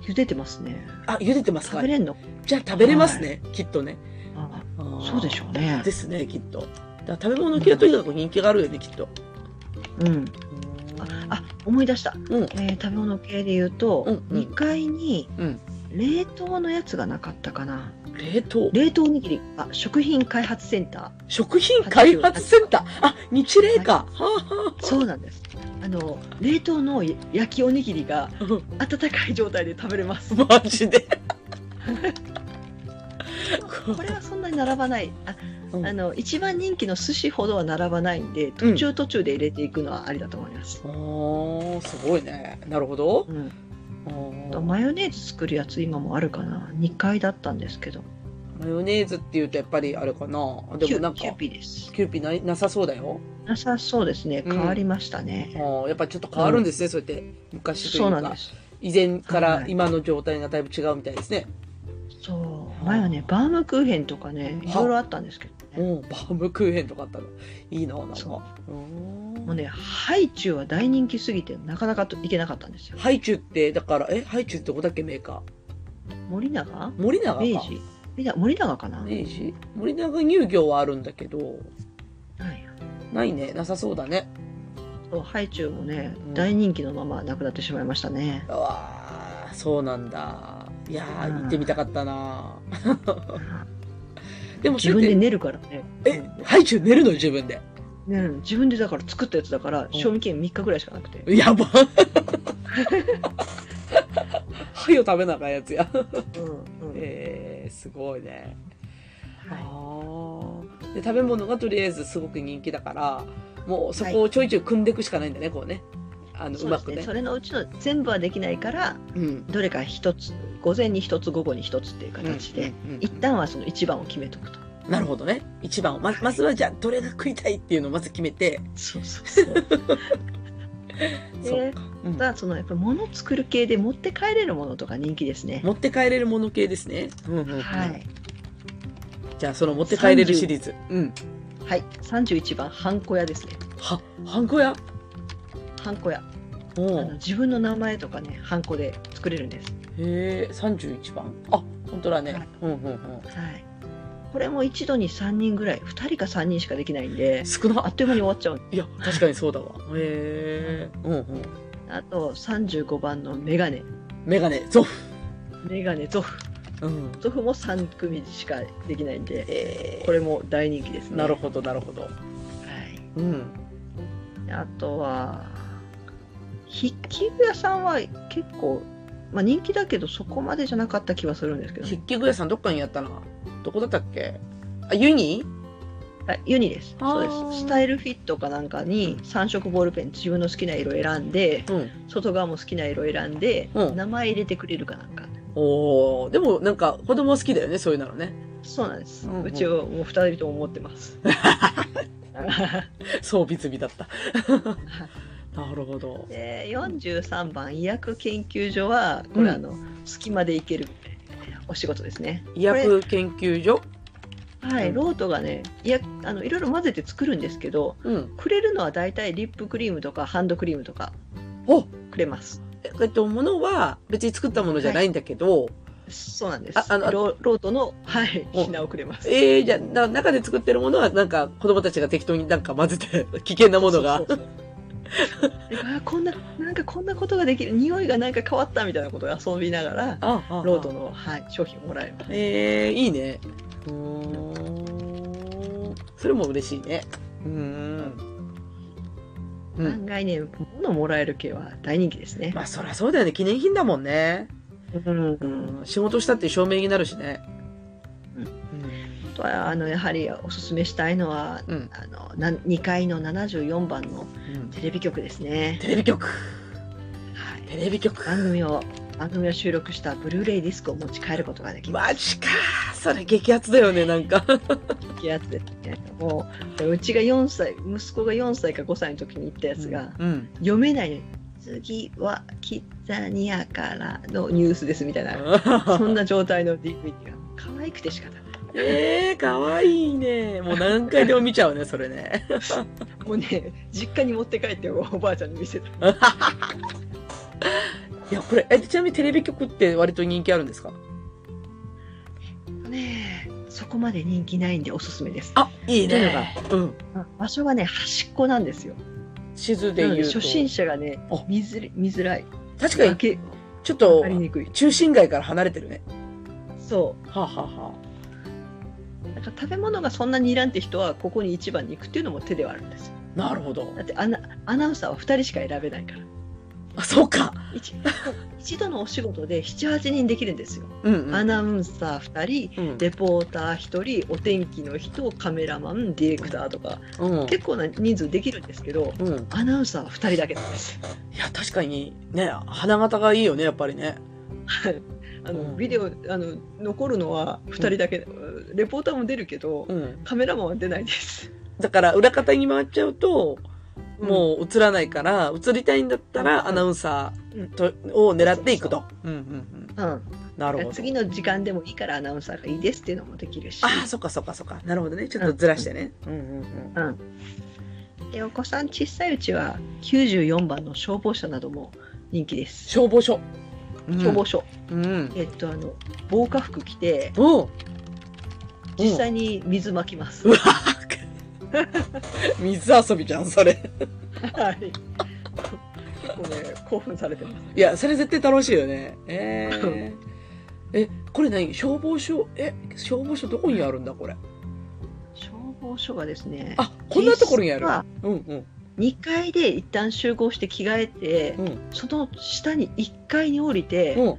S3: ス茹でてますね
S2: あ茹でてます
S3: 食
S2: か
S3: べれんの
S2: じゃあ食べれますね、きっとね
S3: あ
S2: あー
S3: そうでしょうね
S2: ですねきっとだから食べ物系はとにかく人気があるよねきっと
S3: うんあ思い出した、
S2: うん
S3: えー食べ物系で言うと、
S2: うんうん
S3: 二階に
S2: うん
S3: 冷凍のやつがなかったかな
S2: 冷凍
S3: 冷凍おにぎりあ食品開発センタ
S2: 食品開発センターあ日冷か、はあは
S3: ーそうなんですあの冷凍の焼きおにぎりが
S2: うん
S3: 温かい状態で食べれます
S2: あマジ で
S3: これはそんなに並ばないあ
S2: うん
S3: あの一番人気の寿司ほどは並ばないんで途中途中で入れていくのはありだと思います、
S2: おーすごいねなるほど
S3: うん
S2: あー
S3: とマヨネーズ作るやつ今もあるかな2階だったんですけど
S2: マヨネーズっていうとやっぱりあれかなで
S3: キ
S2: も
S3: ュ
S2: なんか
S3: キューピーです
S2: キューピーないなさそうだよ
S3: なさそうですね
S2: うん
S3: 変わりましたね、
S2: あーやっぱちょっと変わるんですね、そうやって昔とい
S3: そ
S2: うう
S3: なん
S2: か
S3: です
S2: 以前から
S3: はい
S2: 今の状態がだいぶ違うみたいですね、
S3: そう前はねバームクーヘンとかねいろいろあったんですけど、ね、
S2: おーバームクーヘンとかあったのいいななんか
S3: そう
S2: うーん
S3: もうねハイチュウは大人気すぎてなかなかといけなかったんですよ
S2: ハイチュウってだからえハイチュウってどこだっけメーカ
S3: 森永
S2: ー森永か
S3: 明治みんな森永かな、
S2: 明治森永乳業はあるんだけど
S3: はい
S2: ないねなさそうだね
S3: そうハイチュウもね、
S2: うん
S3: 大人気のままなくなってしまいましたね。
S2: うわーそうなんだいやー
S3: うん
S2: 行ってみたかったなでも
S3: 自分で
S2: ね
S3: 練るからね。
S2: えハイチュウ寝るの自分で
S3: ね自分でだから作ったやつだから賞味期限3日ぐらいしかなくて。
S2: やばはよ食べなあかんやつや
S3: うんうん
S2: えー、すごいね
S3: はい
S2: あーで食べ物がとりあえずすごく人気だからもうそこをちょいちょい組んでいくしかないんだね、こうねあのう
S3: そう
S2: ま
S3: です
S2: く
S3: ね
S2: ね
S3: それのうちの全部はできないから
S2: うん
S3: どれか一つ午前に一つ午後に一つっていう形で、
S2: うんうんうん
S3: 一旦はその一番を決めとくと
S2: なるほどね一番をままずはじゃあどれが食いたいっていうのをまず決めて、
S3: そうそう そう
S2: そう
S3: で
S2: か、うん
S3: ただそのやっぱ物作る系で持って帰れるものとか人気ですね
S2: 持って帰れるもの系ですね、うんうんうん
S3: はい、
S2: じゃあその持って帰れるシリーズうん
S3: はい、31番ハンコ屋ですね
S2: はハンコや
S3: ハンコ屋
S2: お
S3: あ
S2: う
S3: の自分の名前とかねハンコで作れるんです、
S2: へえ31番あ本当だね、
S3: はい
S2: うんうんう
S3: はい、これも一度に3人ぐらい2人か3人しかできないんで
S2: ん少
S3: あ
S2: な
S3: っという間に終わっちゃうんで
S2: いや確かにそうだわへえうんうん
S3: すあと35番のメガネ
S2: メガネゾフ
S3: メガネゾフ
S2: うん
S3: ゾフも3組しかできないんで
S2: え
S3: これも大人気ですね
S2: なるほどなるほど
S3: は
S2: うん
S3: い、あとは筆記具屋さんは結構、まあ、人気だけどそこまでじゃなかった気はするんですけどね、
S2: 筆記具屋さんどっかにやったなどこだったっけあユニ
S3: はいユニです
S2: あ
S3: そう
S2: ー
S3: ですスタイルフィットかなんかに3色ボールペン自分の好きな色選んで
S2: うん
S3: 外側も好きな色選んで、
S2: うん
S3: 名前入れてくれるかなんか
S2: おおでもなんか子供好きだよねそういうなのね
S3: そうなんです、
S2: う
S3: うん
S2: うん
S3: ちはもう2人とも思ってます
S2: そうビツビだった なるほど
S3: で43番医薬研究所はこれあの、隙間で行けるお仕事ですね
S2: 医薬研究所
S3: はい、
S2: うん
S3: ロートがねいやあのいろいろ混ぜて作るんですけど
S2: うん
S3: くれるのは大体リップクリームとかハンドクリームとか
S2: お
S3: くれます
S2: ええっとものは別に作ったものじゃないんだけど、
S3: そうなんです
S2: ああの
S3: ロロートの、はい、
S2: お
S3: 品をくれます
S2: えー、じゃあな中で作ってるものはなんか子供たちが適当になんか混ぜ て危険なものが
S3: そうそうそうであこんななんかこんなことができる匂いがなんか変わったみたいなことを遊びながら
S2: あああ
S3: ロートの、はい、商品をもらえます
S2: えー、いいねうーんそれも嬉しいねうーんうん
S3: 案外ね物をもらえる系は大人気ですね
S2: まあそりゃそうだよね記念品だもんね、
S3: うん
S2: うん、仕事したっていう証明になるしね
S3: うん
S2: うん
S3: あとはあのやはりおすすめしたいのは
S2: うん
S3: あのな2階の74番の
S2: うん
S3: テレビ局ですね、
S2: テレビ局
S3: はい、
S2: テレビ局
S3: 番組を番組を収録したブルーレイディスクを持ち帰ることができま
S2: マ
S3: す
S2: ジかそれ激アツだよねなんか
S3: ってやつですねもうでうちが4歳息子が4歳か5歳の時に行ったや つが、
S2: うん
S3: 読めないのに次はキッザニアからのニュースですみたいなそんな状態の DVD が可愛くて仕方ない
S2: えー、かわいいね。もう何回でも見ちゃうね、それね。
S3: もうね実家に持って帰っておばあちゃんに見せた
S2: いや、これ、え、ちなみにテレビ局って割と人気あるんですか
S3: ねえそこまで人気ないんでおすすめです
S2: あ、いい
S3: というの
S2: ね。うん。
S3: 場所がね端っこなんですよ
S2: 地図で
S3: なの
S2: 言
S3: で
S2: うと。
S3: 初心者がね
S2: あ
S3: 見づれ見づらい
S2: 確か
S3: 分
S2: に、
S3: け
S2: ちょっ
S3: 分
S2: と
S3: か、りにくい
S2: 中心街から離れてるね。
S3: そう
S2: はあ、はあは
S3: なんか食べ物がそんなにいらんって人はここに一番に行くっていうのも手ではあるんですよ
S2: あ、なるほど
S3: だ。ってアナアナウンサーは2人しか選べないから
S2: あ、そうか。
S3: 一一度のお仕事で78人できるんですよ、
S2: うん、う
S3: ア
S2: ん。
S3: ナウンサー2人
S2: うん、
S3: レポーター1人お天気の人カメラマンディレクターとか
S2: うん、
S3: 結構な人数できるんですけど
S2: うん、
S3: アナウンサーは2人だけなんです
S2: いや確かにね花形がいいよねやっぱりね
S3: あ
S2: うん
S3: のビデオあの残るのは2人だけ、レポーターも出るけど、
S2: うん
S3: カメラマンは出ないです。
S2: だから裏方に回っちゃうと
S3: うん
S2: もう映らないから、映りたいんだった
S3: う
S2: ら
S3: ん
S2: アナウンサーと、を狙っていくと。うんうんうん。
S3: うん、
S2: なるほど。
S3: 次の時間でもいいからアナウンサーがいいですっていうのもできるし
S2: ああ、そっかそっかそっか。なるほどね。ちょっとずらしてね。うんうん
S3: でお子さん小さいうちは94番の消防車なども人気です。
S2: 消防署。
S3: 消防署、
S2: 署。うん。
S3: えっとあの防火服着て
S2: おう
S3: 実際に水まきます。
S2: うわ水遊びじゃん、それ。
S3: はい。結構ね興奮されてます。
S2: いや、それ絶対楽しいよね。えー、え、これ何消防署、え、消防署どこにあるんだ、これ。
S3: 消防署がですね。
S2: あ、こんなところにある
S3: 実。は
S2: うんうん。
S3: 2階で一旦集合して着替えて、
S2: うん。
S3: その下に1階に降りて、
S2: うん。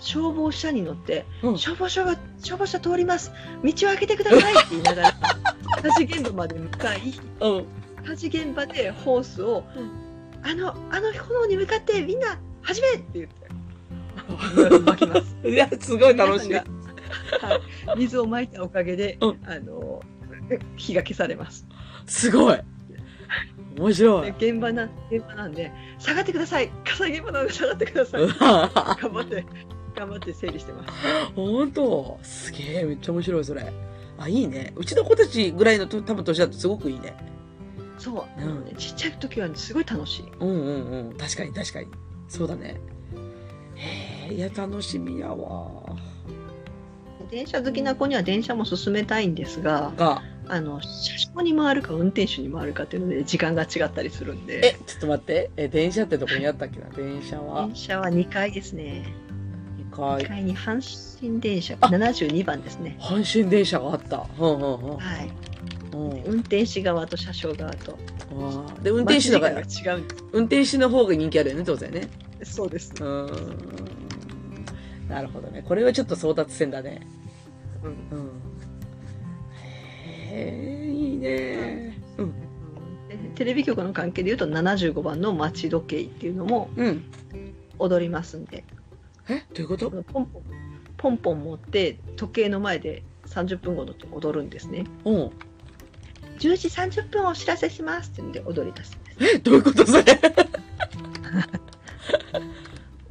S3: 消防車に乗って、
S2: うん
S3: 消防署が消防車通ります道を開けてくださいって言い ながら火事現場まで向かい
S2: うん。
S3: 火事現場でホースを、
S2: うん
S3: あのあの炎に向かってみんな始めって言って 巻きます
S2: いや、すごい楽しい。
S3: 皆さんがはい、水をまいたおかげで、
S2: うん
S3: あの火が消されます
S2: すごい。面白
S3: で
S2: い。
S3: 現場な現場なんで下がってください火災現場なので下がってください頑張って頑張って整理してます
S2: 本当すげえ、めっちゃ面白い、それ。あ、いいね。うちの子たちぐらいのと多分年だとすごくいいね。
S3: そう、
S2: うん
S3: あのね、ちっちゃい時はねすごい楽しい。
S2: うんうんうん。確かに確かに。そうだね。へえ、いや、楽しみやわ。
S3: 電車好きな子には電車も勧めたいんですが、
S2: が、
S3: あの車掌に回るか運転手に回るかっていうので時間が違ったりするん
S2: え
S3: で、、
S2: ちょっと待って。え、電車ってどこにあったっけな電車は
S3: 電車は2階ですね。
S2: 2
S3: 2
S2: 階。
S3: 階に阪神電車
S2: あ
S3: 72番ですね。
S2: 阪神電車があった。うんうんうん
S3: はい、
S2: うん。
S3: 運転士側と車掌側と
S2: わあで、運転手の方が
S3: 待、ち時間が違うんで
S2: 運転手の方が人気あるよね、当然ね。
S3: す。そうです
S2: う。ーん。なるほどね。これはちょっと争奪戦だね。
S3: うん
S2: うん。へえ、いいね。うん。
S3: でテレビ局の関係でいうと75番の待ち時計っていうのも
S2: うん。
S3: 踊りますんで
S2: え、どういうこと
S3: ポンポンポンポン持って時計の前で30分ごとに踊るんですね
S2: うん。
S3: 10時30分お知らせしますっていうんで踊り出すんです
S2: え、どういうことそれ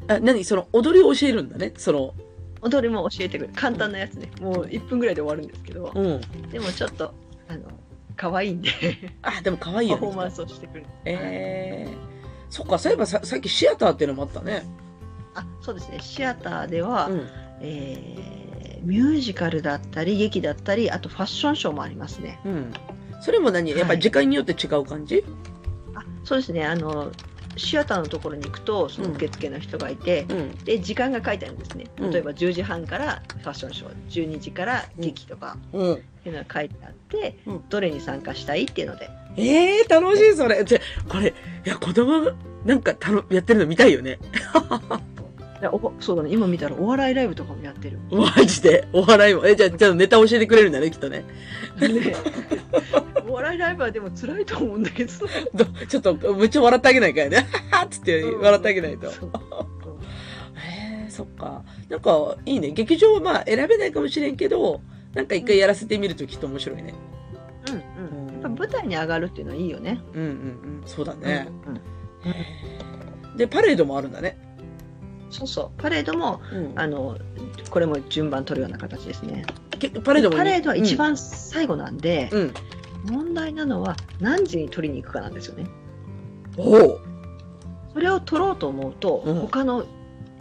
S2: あ、何その、踊りを教えるんだね。その、
S3: 踊りも教えてくれる簡単なやつねもう1分ぐらいで終わるんですけど
S2: うん。
S3: でもちょっとあの可愛いんで
S2: あ、でも可愛い
S3: パ
S2: よ
S3: フォ
S2: ね
S3: ー。マンスをしてくれる
S2: えー。そっか、そういえばささっきシアターっていうのもあったね。
S3: あそうですねシアターでは、
S2: うん。
S3: えーミュージカルだったり劇だったりあとファッションショーもありますね
S2: うん。それも何やっぱ
S3: はい
S2: 時間によって違う感じ、
S3: あそうですねあのシアターのところに行くとその受付の人がいて、
S2: うん。
S3: で時間が書いてあるんですね
S2: うん
S3: 例えば10時半からファッションショー12時から劇とか
S2: うん。
S3: っていうのが書いてあって、
S2: うん
S3: どれに参加したいっていうので
S2: ええ楽しい、それ。で、これ、いや、子供が、なんか、たの、やってるの見たいよね。
S3: でおそうだね今見たらお笑いライブとかもやってる
S2: マジで。お笑いも。え、じゃあ、じゃあ、ネタ教えてくれるんだね、きっとね。
S3: ねお笑いライブはでも辛いと思うんだけど
S2: どちょっと、むっちゃ笑ってあげないからね。 ははっつって、笑ってあげないと。
S3: そう
S2: ええそっか。なんか、いいね。劇場はまあ、選べないかもしれんけど、なんか一回やらせてみるときっと面白いね。
S3: うんうん
S2: うん
S3: やっぱ舞台に上がるっていうのはいいよね
S2: うんうんうん。そうだね。
S3: うんうん
S2: で、パレードもあるんだね。
S3: そうそうパレードも
S2: うん。
S3: あのこれも順番取るような形ですね
S2: けパレードも
S3: パレードは一、番最後なんで
S2: う、ん。うん。
S3: 問題なのは何時に取りに行くかなんですよね
S2: おお。
S3: それを取ろうと思うと、
S2: うん
S3: 他の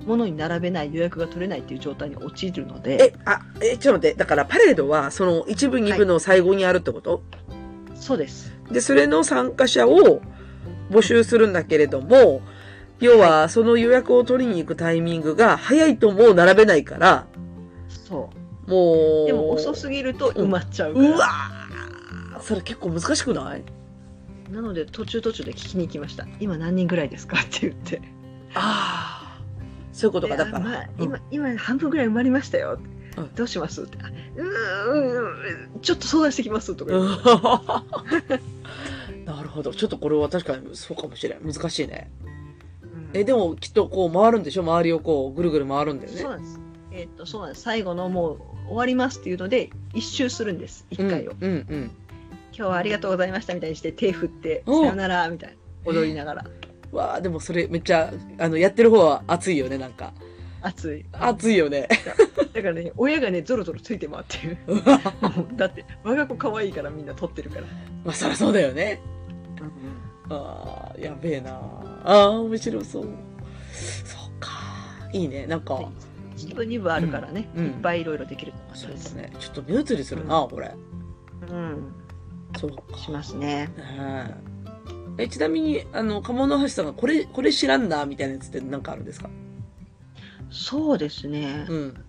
S3: ものに並べない予約が取れないっていう状態に陥るの
S2: え、
S3: で
S2: あ、え、ちょっと待って。だから、パレードは、その、一部、二部の最後にあるってこと、
S3: そうです
S2: で、それの参加者を募集するんだけれども、要は、その予約を取りに行くタイミングが、早いともう並べないから、
S3: そ
S2: も
S3: う
S2: う。
S3: でも遅すぎると埋まっちゃうから、
S2: うわーそれ結構難しくない
S3: なので途中途中で聞きに行きました今何人ぐらいですかって言って
S2: ああ。そういうことか、
S3: で
S2: だか
S3: あ
S2: ら。
S3: まあ
S2: うん
S3: 今今半分ぐらい埋まりましたよ、
S2: うん
S3: どうしますってあうーんうんうんちょっと相談してきますとか言って、
S2: うん なるほど。ちょっとこれは確かにそうかもしれん。難しいね。え、でもきっとこう回るんでしょ周りをこうぐるぐる回るんだよね
S3: そう。なんですえーっとそうなんです最後のもう終わりますっていうので一周するんです一回を、
S2: うんうん
S3: 今日はありがとうございましたみたいにして手振ってさ
S2: おう
S3: よならみたいな踊りながら
S2: うん。わあでもそれめっちゃあのやってる方は熱いよねなんか
S3: 熱い
S2: 熱いよね。
S3: だからね親がねゾロゾロついて回ってる もうだって我が子可愛いからみんな撮ってるから、
S2: まあそりゃそうだよね。ああやべえな。ああ面白そう。そっかいいねなんか。
S3: 一部二部あるからね、
S2: うんうん
S3: いっぱいいろいろできると思います
S2: そうですね。ちょっと目移りするな、これ。
S3: うん
S2: そうか。
S3: しますね
S2: ねええちなみにあの鴨の橋さんがこれこれ知らんなみたいなやつってなんかあるんですか？
S3: そうですね、
S2: うん。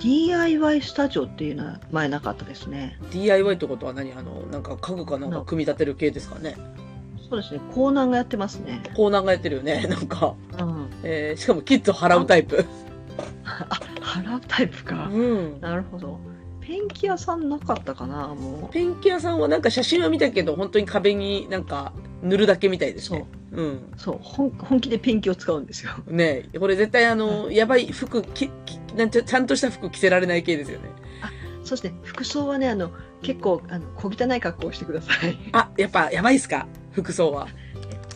S3: DIY スタジオっていうのは前なかったですね
S2: DIY ってことは何あのなんか家具かなんか組み立てる系ですかね。
S3: そうですねコーナーがやってますね
S2: コーナーがやってるよねなんか、
S3: うん
S2: えーしかもキッズを払うタイプ。
S3: 払うタイプか、
S2: うん。
S3: なるほどペンキ屋さんなかったかなも
S2: ペンキ屋さんはなんか写真は見たけど、本当に壁になんか塗るだけみたいで
S3: う
S2: す
S3: そ
S2: ね
S3: う。
S2: うん。
S3: そう本本気でペンキを使うんですよ
S2: ねえこれ絶対あの、やばい服き、きなんちゃ、ちゃんとした服着せられない系ですよね。
S3: そして服装はねあの結構あの小汚い格好をしてください
S2: あ、やっぱやばいっすか服装は。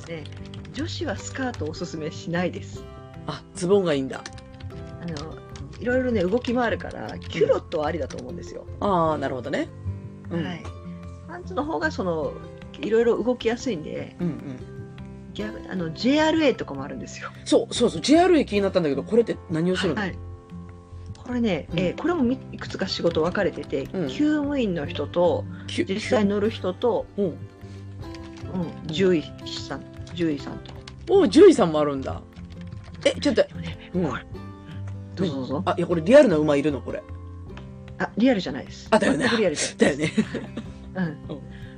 S3: で女子はスカートをおすすめしないです
S2: あ、ズボンがいいんだ。
S3: あのいろいろね動き回るからキュロットはありだと思うんですよ、
S2: ああ、なるほどね。うん。
S3: はいパンツの方がそのいろいろ動きやすいんで
S2: うんうん。
S3: ギャあの JRA とかもあるんですよ
S2: そうそうそう。JRA 気になったんだけど、これって何をするの、
S3: はい、これね、
S2: うん
S3: えーこれもみいくつか仕事分かれてて、
S2: うん
S3: 救務員の人と
S2: きゅ
S3: 実際乗る人と、
S2: きゅうん。
S3: うん、獣医師さん獣医さんと。
S2: お、獣医さんもあるんだ。え、ちょっと
S3: で、もね
S2: うん
S3: これどうぞどうぞ。
S2: あ、いや、これリアルな馬いるのこれ。
S3: あ、リアルじゃないです。
S2: あだよね
S3: 全くリアルじゃない
S2: だ
S3: で
S2: よ
S3: す。
S2: ね。
S3: うん
S2: うん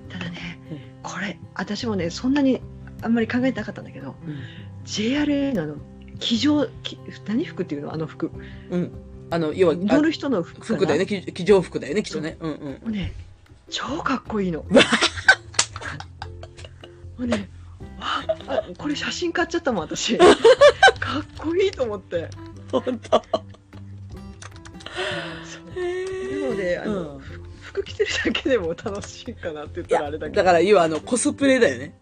S3: ただね
S2: うん、
S3: これ、私もね、そんなにあんまり考えてなかったんだけど、JRA のあの、騎乗、騎何服っていうのあの服。
S2: うん。あの、要は、あ
S3: 乗る人の服かな
S2: 服だよね。。き騎乗服だよね、きっとね。うんうん。
S3: もうね、超かっ こいいの。も
S2: わ
S3: うね、わあ、これ写真買っちゃったも ん、私。かっこいいと思って。
S2: 本当。
S3: なので、あの、
S2: うん
S3: ふ服着てるだけでも楽しいかなって言っ
S2: い
S3: たら
S2: や
S3: あれだ
S2: だ
S3: けど。
S2: から要はあのコスプレだよね。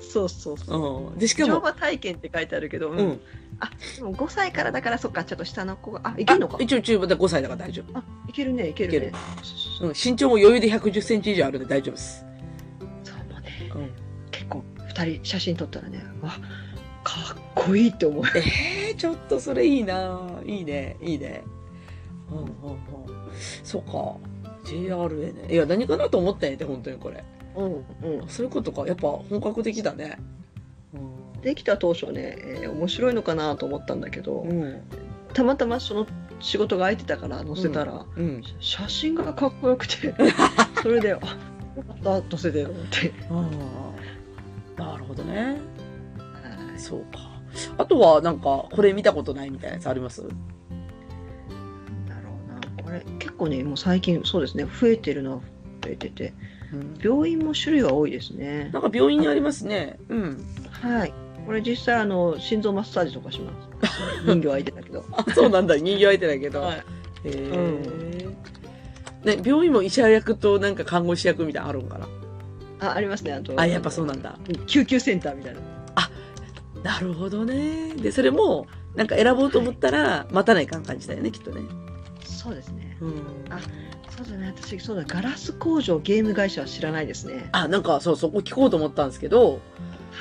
S3: そうそうそう。
S2: うん、でしか
S3: 乗
S2: も、
S3: 馬体験って書いてあるけど、う
S2: うんん、
S3: あでも5歳からだからそっかちょっと下の子があい
S2: い
S3: けるのか
S2: 一応中盤で5歳だから大丈
S3: あいけるねいける
S2: い
S3: ね
S2: け
S3: そ
S2: 夫、うん。身長も余裕で110センチ以上あるんで大丈夫です。
S3: うもうね
S2: うん、
S3: 結構2人写真撮ったらねあかっこいいって思う
S2: えー、ちょっとそれいいないいねいいね。うんうんうん。そうか JRA ね。いや何かなと思ったんやて本当にこれ。
S3: うんうん
S2: そういうことかやっぱ本格的だね。うん
S3: できた当初ね、えー面白いのかなと思ったんだけど、
S2: うん
S3: たまたまその仕事が空いてたから載せたら、
S2: うん、
S3: 写真がかっこよく てそれであよかった載せてよって
S2: あーなるほどねそうかあとはなんかこれ見たことないみたいなやつあります
S3: だろうなこれ結構ねもう最近そうですね増えてるのは増えてて
S2: うん
S3: 病院も種類が多いですね
S2: な。んか病院にありますね。うん。
S3: はい。これ実際あの心臓マッサージとかします。人形相手 だけど。
S2: あ、そうなんだ。人形相手だけど。へ
S3: い。
S2: え、ね、病院も医者役となんか看護師役みたいなのあるんかな。
S3: あ、ありますね。あと。
S2: あ、やっぱそうなんだ。
S3: 救急センターみたいな。
S2: なるほどね。で、それもなんか選ぼうと思ったら待たないかん感じだよね、きっとね。
S3: そうですね。
S2: うん。
S3: あそうだね。私そうだ。ガラス工場ゲーム会社は知らないですね。
S2: あ、なんかそう、そこ聞こうと思ったんですけど、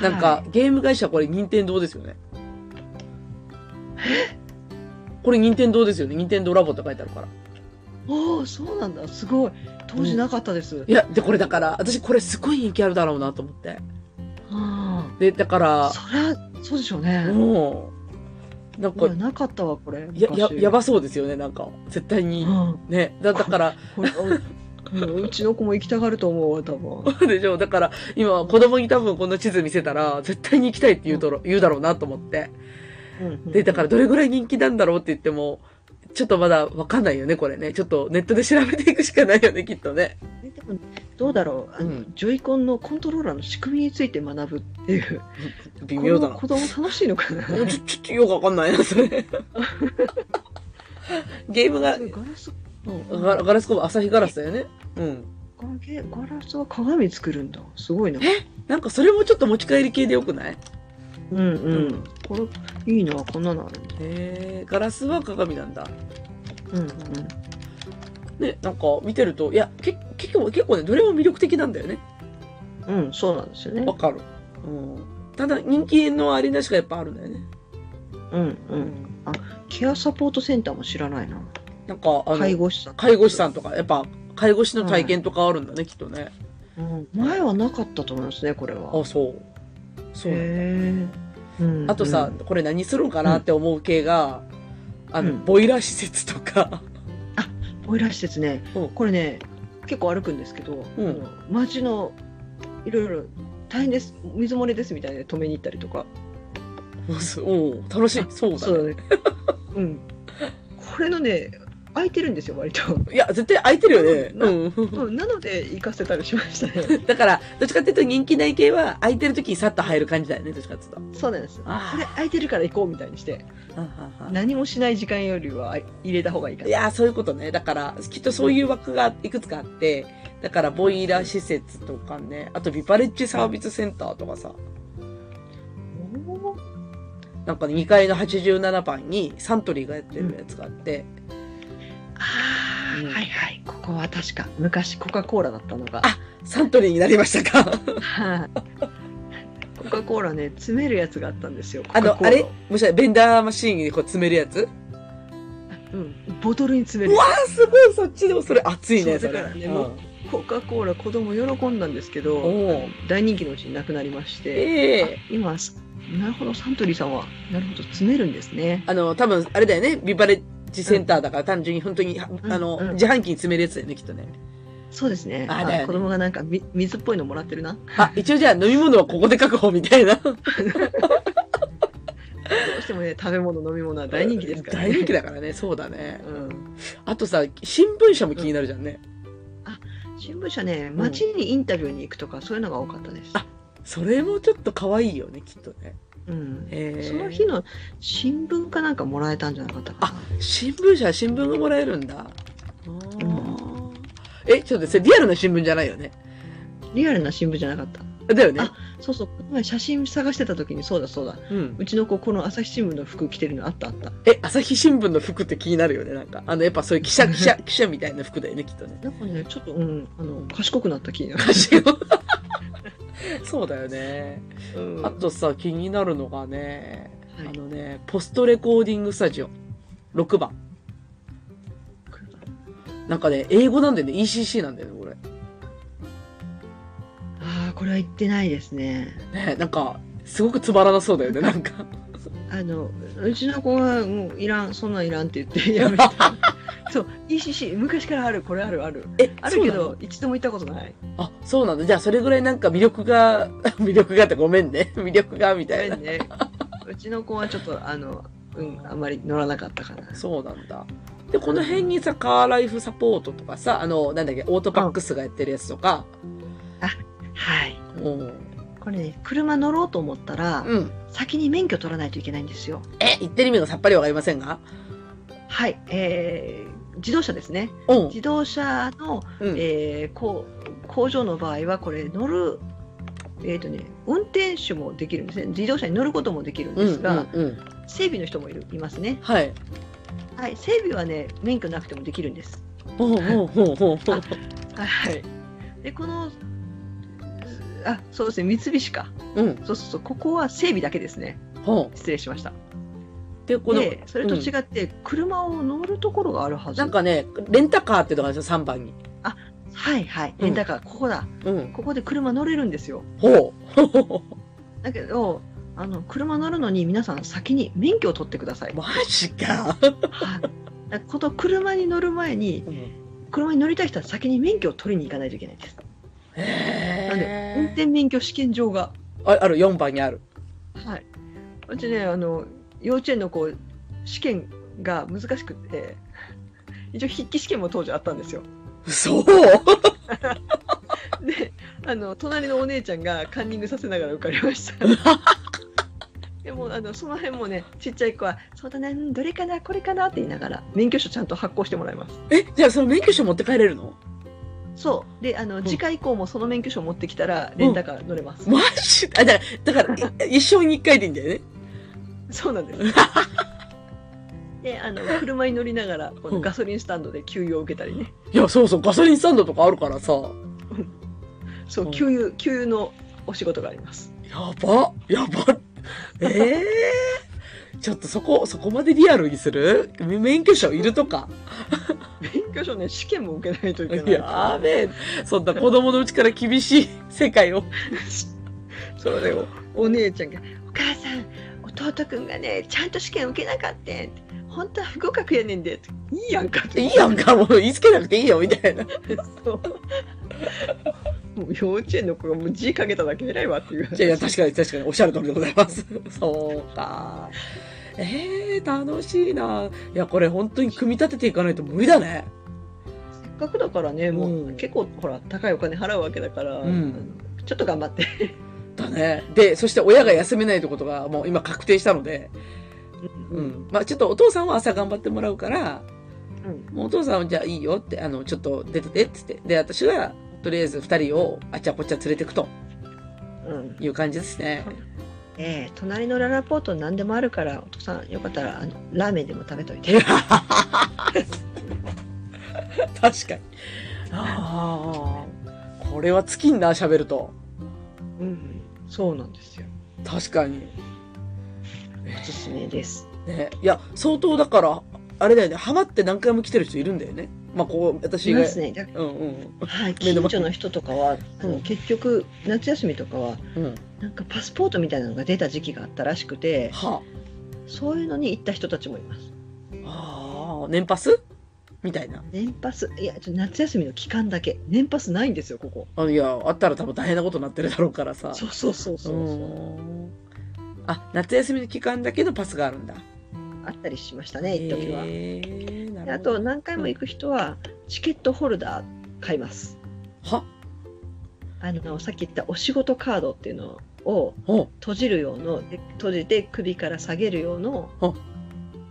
S2: なんか
S3: は
S2: ゲーム会社これ任天堂ですよね。これ任天堂ですよね。任天堂ラボって書いてあるから。
S3: い。おお、そうなんだ。すごい。当時なかったです。
S2: いや、で、これだから、私これすごい人気あるだろうなと思って。
S3: あ
S2: で、だから
S3: あ。、そりゃそうでしょうね。
S2: もう、なん
S3: こ
S2: か
S3: れ、なかったわこれ。
S2: や、や、
S3: 昔
S2: や。ばそうですよね、なんか、絶対
S3: う
S2: に。
S3: ん。
S2: ね、だだから、
S3: これうんうちの子も行きたがると思うわ多分。
S2: でしょ、だから、今、子供に多分この地図見せたら、絶対に行きたいって言うとろ、言うだろうなと思って。
S3: うん
S2: で、だから、どれぐらい人気なんだろうって言っても、ちょっとまだわかんないよね、これね。ちょっとネットで調べていくしかないよね、きっとね。
S3: えでもどうだろうあの、
S2: うん
S3: ジョイコンのコントローラーの仕組みについて学ぶっていう
S2: 微妙だな。
S3: この子供楽しいのかな
S2: ちょ、ちょ、ちょよくわかんないな、そ れ。ゲームが、
S3: ガラス
S2: ガラガラスコープ、朝日ガラスだよね。うん。
S3: ガラガラスは鏡作るんだすごいな
S2: なんかそれもちょっと持ち帰り系でよくない
S3: うんうん、これいいなこんなのあるんだ
S2: へえガラスは鏡なんだ。
S3: うんうん
S2: ね、なんか見てると、いや、け結構、結構ね、どれも魅力的なんだよね。
S3: うん、そうなんですよね
S2: わ。かる。うん。ただ、人気のあれなしかやっぱあるんだよね。
S3: うんうん。ケアサポートセンターも知らないな。
S2: なんか、あの、
S3: 介
S2: 介護
S3: 護士さん。
S2: 士さんとか、やっぱ、介護士の体験とかあるんだね、きっとね。
S3: うん。前はなかったと思いますね、これは。
S2: あ、そう。そうなんだ
S3: へえ。うん
S2: あとさ、、これ何するんかなって思う系が、あの、
S3: うん
S2: ボイラー施設とか、
S3: ボイラー施設ね、
S2: うん
S3: これね結構歩くんですけど、
S2: うん
S3: あの街のいろいろ大変です水漏れですみたいで止めに行ったりとか
S2: おう楽しい。そうだね。
S3: ねうんここれのね空いてるんですよ割と、
S2: いや、絶対空いてるよね。う
S3: うんなので行かせたりしましたね
S2: ん。だから、どっちかっていうと人気ない系は、空いてる時にさっと入る感じだよね、どっちかっていうと。
S3: そうなんですこ
S2: あー
S3: れ空いてるから行こうみたいにして
S2: はんはんは
S3: 何もしない時間よりは入れた方がいいか
S2: んい
S3: な
S2: やー、そういうことね。だから、きっとそういう枠がいくつかあって、だから、ボイラー施設とかね、あと、ビバレッジサービスセンターとかさ、
S3: おー
S2: なんかね、2階の87番にサントリーがやってるやつがあって、
S3: あー
S2: うん
S3: はいはいここは確か昔コカ・コーラだったのが
S2: あサントリーになりましたか
S3: はい コカ・コーラね詰めるやつがあったんですよ
S2: あの
S3: コ、カコー
S2: あ
S3: ラ
S2: れ
S3: を
S2: もしかしてベンダーマシーンにこう詰めるやつ
S3: うん、ボトルに詰め
S2: う
S3: る
S2: わー、すごいそっちでもそれ熱いね、
S3: そ
S2: そうれ。
S3: だからね
S2: うん
S3: もうコカ・コーラ子供喜んだんですけど
S2: おう
S3: 大人気のうちになくなりまして、
S2: ええ
S3: あ今なるほどサントリーさんはなるほど詰めるんですね
S2: あの、多分、あれだよね。ビバレッジセンターだから、単純に本当に、あ
S3: うん
S2: の、
S3: うん
S2: 自販機に詰めるやつだよね、きっとね。
S3: そうですね
S2: あだよね
S3: あ子供がなんかみ水っぽいのもらってるな
S2: あ、一応じゃあ飲み物はここで確保みたいな。
S3: どうしてもね食べ物飲み物は大人気ですから、ね、
S2: 大人気だからね、そうだね。
S3: うん、
S2: あとさ、新聞社も気になるじゃんね。
S3: 新聞社ね街にインタビューに行くとかそういうのが多かったです、
S2: あそれもちょっと可愛いよね、きっとね。
S3: うん、
S2: えー
S3: その日の新聞かなんかもらえたんじゃなかったかな
S2: 新聞社は新聞がもらえるんだ。あー
S3: う
S2: え、ちょっとそれリアルな新聞じゃないよね。
S3: リアルな新聞じゃなかった
S2: だよね。
S3: あそうそうこの前写真探してた時にそうだそうだ
S2: うん。
S3: うちの子この朝日新聞の服着てるのあったあった
S2: え、朝日新聞の服って気になるよね、なんか。あの、やっぱそういう記者、記者、記者みたいな服だよね、きっとね。
S3: なんかねちょっとうんあの賢くなった気になる、
S2: そうだよね。
S3: うん
S2: あとさ、気になるのがね、
S3: はい
S2: あのね、ポストレコーディングスタジオ、6番。なんかね、英語なんだよね、ECC なんだよね、これ。
S3: ああこれは言ってないですね
S2: ね、なんか、すごくつまらなそうだよね、なんか。
S3: あのうちの子はもういらんそんなんいらんって言ってや めたそう ECC 昔からあるこれあるある
S2: え、
S3: あるけど一度も行ったことない
S2: あ、そうなんだ。じゃあ、それぐらいなんか魅力が、 魅力がってごめんね。 魅力が、み
S3: ご
S2: た
S3: め
S2: いな。
S3: んねうちの子はちょっとあのうんあんまり乗らなかったかな
S2: そうなんだ。で、この辺にさ、カーライフサポートとかさ、あの、なんだっけ、オートバックスがやってるやつとか、
S3: はい
S2: うん。
S3: これね車乗ろうと思ったら
S2: うん。
S3: 先に免許取らないといけないんですよ
S2: え、言ってる意味がさっぱりわかりませんが
S3: はいえー自動車ですね
S2: うん。
S3: 自動車の
S2: うん。
S3: えーこう工場の場合はこれ乗る、えーとね、運転手もできるんですね自動車に乗ることもできるん
S2: うん
S3: ですが、
S2: うんうん、
S3: 整備の人もいるいますね、
S2: はい。
S3: はい、整備はね免許なくてもできるんです、
S2: ほうほうほうほうほう。
S3: はい、でこのあそうですね三菱か
S2: うん。
S3: そうそうそうここは整備だけですね
S2: ほう。
S3: 失礼しました
S2: で、この、
S3: でそれと違って、車を乗るところがあるはず
S2: なんかね、レンタカーっていうのがあるんですよ、3番に。
S3: はいはい
S2: うん
S3: レンタカー、ここだ
S2: うん。
S3: ここで車乗れるんですよ
S2: ほう。
S3: だけどあの車乗るのに皆さん先に免許を取ってください
S2: マジか。
S3: はいだからこの車に乗る前に
S2: うん
S3: 車に乗りたい人は先に免許を取りに行かないといけないです。
S2: へ
S3: なんで運
S2: え。
S3: 転免許試験場が、
S2: あある、4番にある。
S3: はい、うちねあの幼稚園の子試験が難しくて 一応筆記試験も当時あったんですよ。
S2: そう
S3: であの隣のお姉ちゃんがカンニングさせながら受かり ました。でもあのその辺もねちっちゃい子は「そうだねうんどれかなこれかな」って言いながら免許証ちゃんと発行してもらいます。
S2: え、じゃあその免許証持って帰れるの
S3: そうであの、
S2: ん
S3: 次回以降もその免許証持ってきたらレンタカー乗れます。
S2: マジあ、だから、だから、い一生に1回でいいんだよね。
S3: そうなんです。 で、あの車に乗りながら、こ
S2: う
S3: の
S2: ん
S3: ガソリンスタンドで給油を受けたりね。
S2: いや、そうそう、ガソリンスタンドとかあるからさ。
S3: そうう、
S2: ん
S3: 給油、給油のお仕事があ ります。
S2: やば、やば。ええちょっとそこ、そこまでリアルにする免許証いるとか。
S3: 免許証ね、試験も受けないといけない。
S2: やーべえ。そんな子供のうちから厳しい世界を。
S3: そうだよ。お姉ちゃんが、お母さん、弟くんがね、ちゃんと試験受けなかったん。本当は不合格やねんで。いいやんかっ て。
S2: いいやんか、もう言いつけなくていいよ、みたいな。
S3: そう。 もう幼稚園の子がもう字かけただけ偉いわっていう。
S2: いやいや、確かに確かに、おっしゃる通りでございます。そうか。えー、楽しいな。いや、これ本当に組み立てていかないと無理だね。
S3: せっかくだからね、も
S2: う
S3: うん結構ほら高いお金払うわけだから、
S2: うん
S3: ちょっと頑張って。
S2: だね。で、そして親が休めないってことがもう今確定したので、う
S3: うん
S2: ん。まあちょっとお父さんは朝頑張ってもらうから、
S3: うん
S2: もうお父さんはじゃあいいよって、あの、ちょっと出ててっつって。で、私がとりあえず二人をあちゃこちゃ連れてくと
S3: うん
S2: いう感じですね。
S3: ええ隣のララポート何でもあるからお父さんよかったらあのラーメンでも食べといて。
S2: 確かに。ああ。これは尽きんな、喋ると。
S3: うん、そうなんですよ。
S2: 確かに。
S3: おすすめです。
S2: ね、いや、相当だから、あれだよね、ハマって何回も来てる人いるんだよね。まあ、こう、私
S3: い
S2: が。
S3: ますね。だ
S2: うんうん。
S3: はい、
S2: 目の前
S3: 近所の人とかは、あ
S2: う
S3: の
S2: ん
S3: 結局夏休みとかは
S2: うん。
S3: なんかパスポートみたいなのが出た時期があったらしくて、
S2: は
S3: そういうのに行った人たちもいます。
S2: あ。ああ、年パスみたいな。
S3: 年パスいやちょ夏休みの期間だけ年パスないんですよここ。
S2: あいや、あったら多分大変なことになってるだろうからさ。
S3: そうそうそうそうう。
S2: んあ、夏休みの期間だけのパスがあるんだ。
S3: あったりしましたね一時は。
S2: へえな
S3: で
S2: る
S3: あ
S2: ほど
S3: と何回も行く人はチケットホルダー買います。
S2: は
S3: あのさっき言ったお仕事カードっていうのを
S2: お
S3: 閉じる用ので閉じて首から下げる用の
S2: お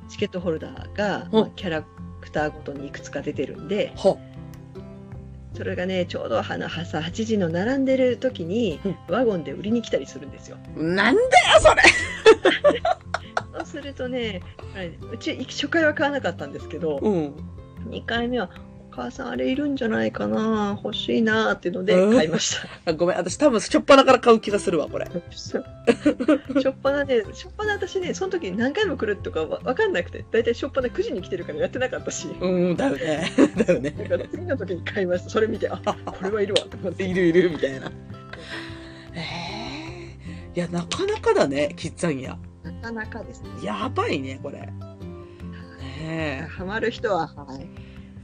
S3: チケットホルダーが、
S2: お
S3: まあキャラクターごとにいくつか出てるんで
S2: は
S3: それがねちょうど朝8時の並んでる時に
S2: うん
S3: ワゴンで売りに来たりするんですよ。
S2: なんだよ、それ
S3: そうするとねあれうち初回は買わなかったんですけど
S2: うん。
S3: 2回目は「お母さんあれいるんじゃないかな欲しいな」っていうので
S2: うん
S3: 買いました。
S2: あごめん、私多分、しょっぱなから買う気がするわ、これ。
S3: しょっぱなね、しょっぱな私ね、その時何回も来るとかわわかんなくて、大体しょっぱな9時に来てるからやってなかったし、
S2: うん、だよね。 だよね。
S3: だから次の時に買いました。それ見て、あこれはいるわと思って。
S2: いるいるみたいな。ええいや、なかなかだね、キッザンヤ。
S3: なかなかですね。
S2: やばいね、これ。ねえ
S3: ハマる人は、はい。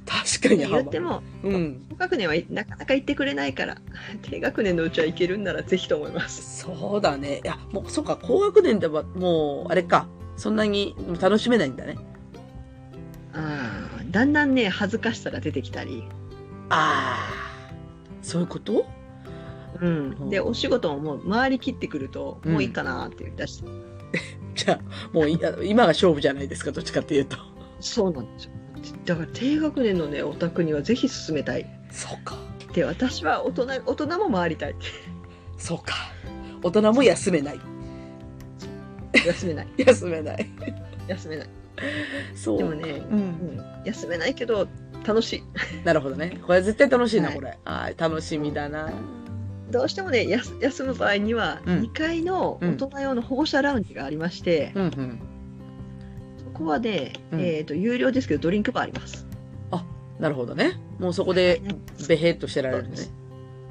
S2: 確かに
S3: 言っても、
S2: うん。
S3: 高学年はいなかなか行ってくれないから、 低学年のうちは行けるんならぜひと思います。
S2: そうだね。いや、もう、そうか、高学年では、もう、あれか。そんなに楽しめないんだね。
S3: ああ、だんだんね、恥ずかしさが出てきたり、
S2: ああ。そういうこと
S3: うん。で、お仕事ももう回りきってくると、
S2: うん
S3: もういいかなって言い出して、
S2: じゃあ、もうい、あ の今が勝負じゃないですか、どっちかっていうと。
S3: そうなんですよ。だから低学年のね、お宅にはぜひ進めたい。
S2: そうか。
S3: で私は大人大人も回りたい
S2: そうか。大人も休めない。
S3: 休めない
S2: 休めない。
S3: 休めない
S2: そう。
S3: でもね
S2: う。
S3: うんん休めないけど楽しい
S2: なるほどね。これ絶対楽しいな、
S3: はい
S2: これ。はい、楽しみだな。
S3: どうしてもねやす休む場合には
S2: うん
S3: 2階の大人用の保護者ラウンジがありまして、
S2: うんうん。
S3: そこはね、
S2: うん
S3: えー、と有料ですけどドリンクバーあります
S2: なるほどね。もうそこで、べへっとしてられるね。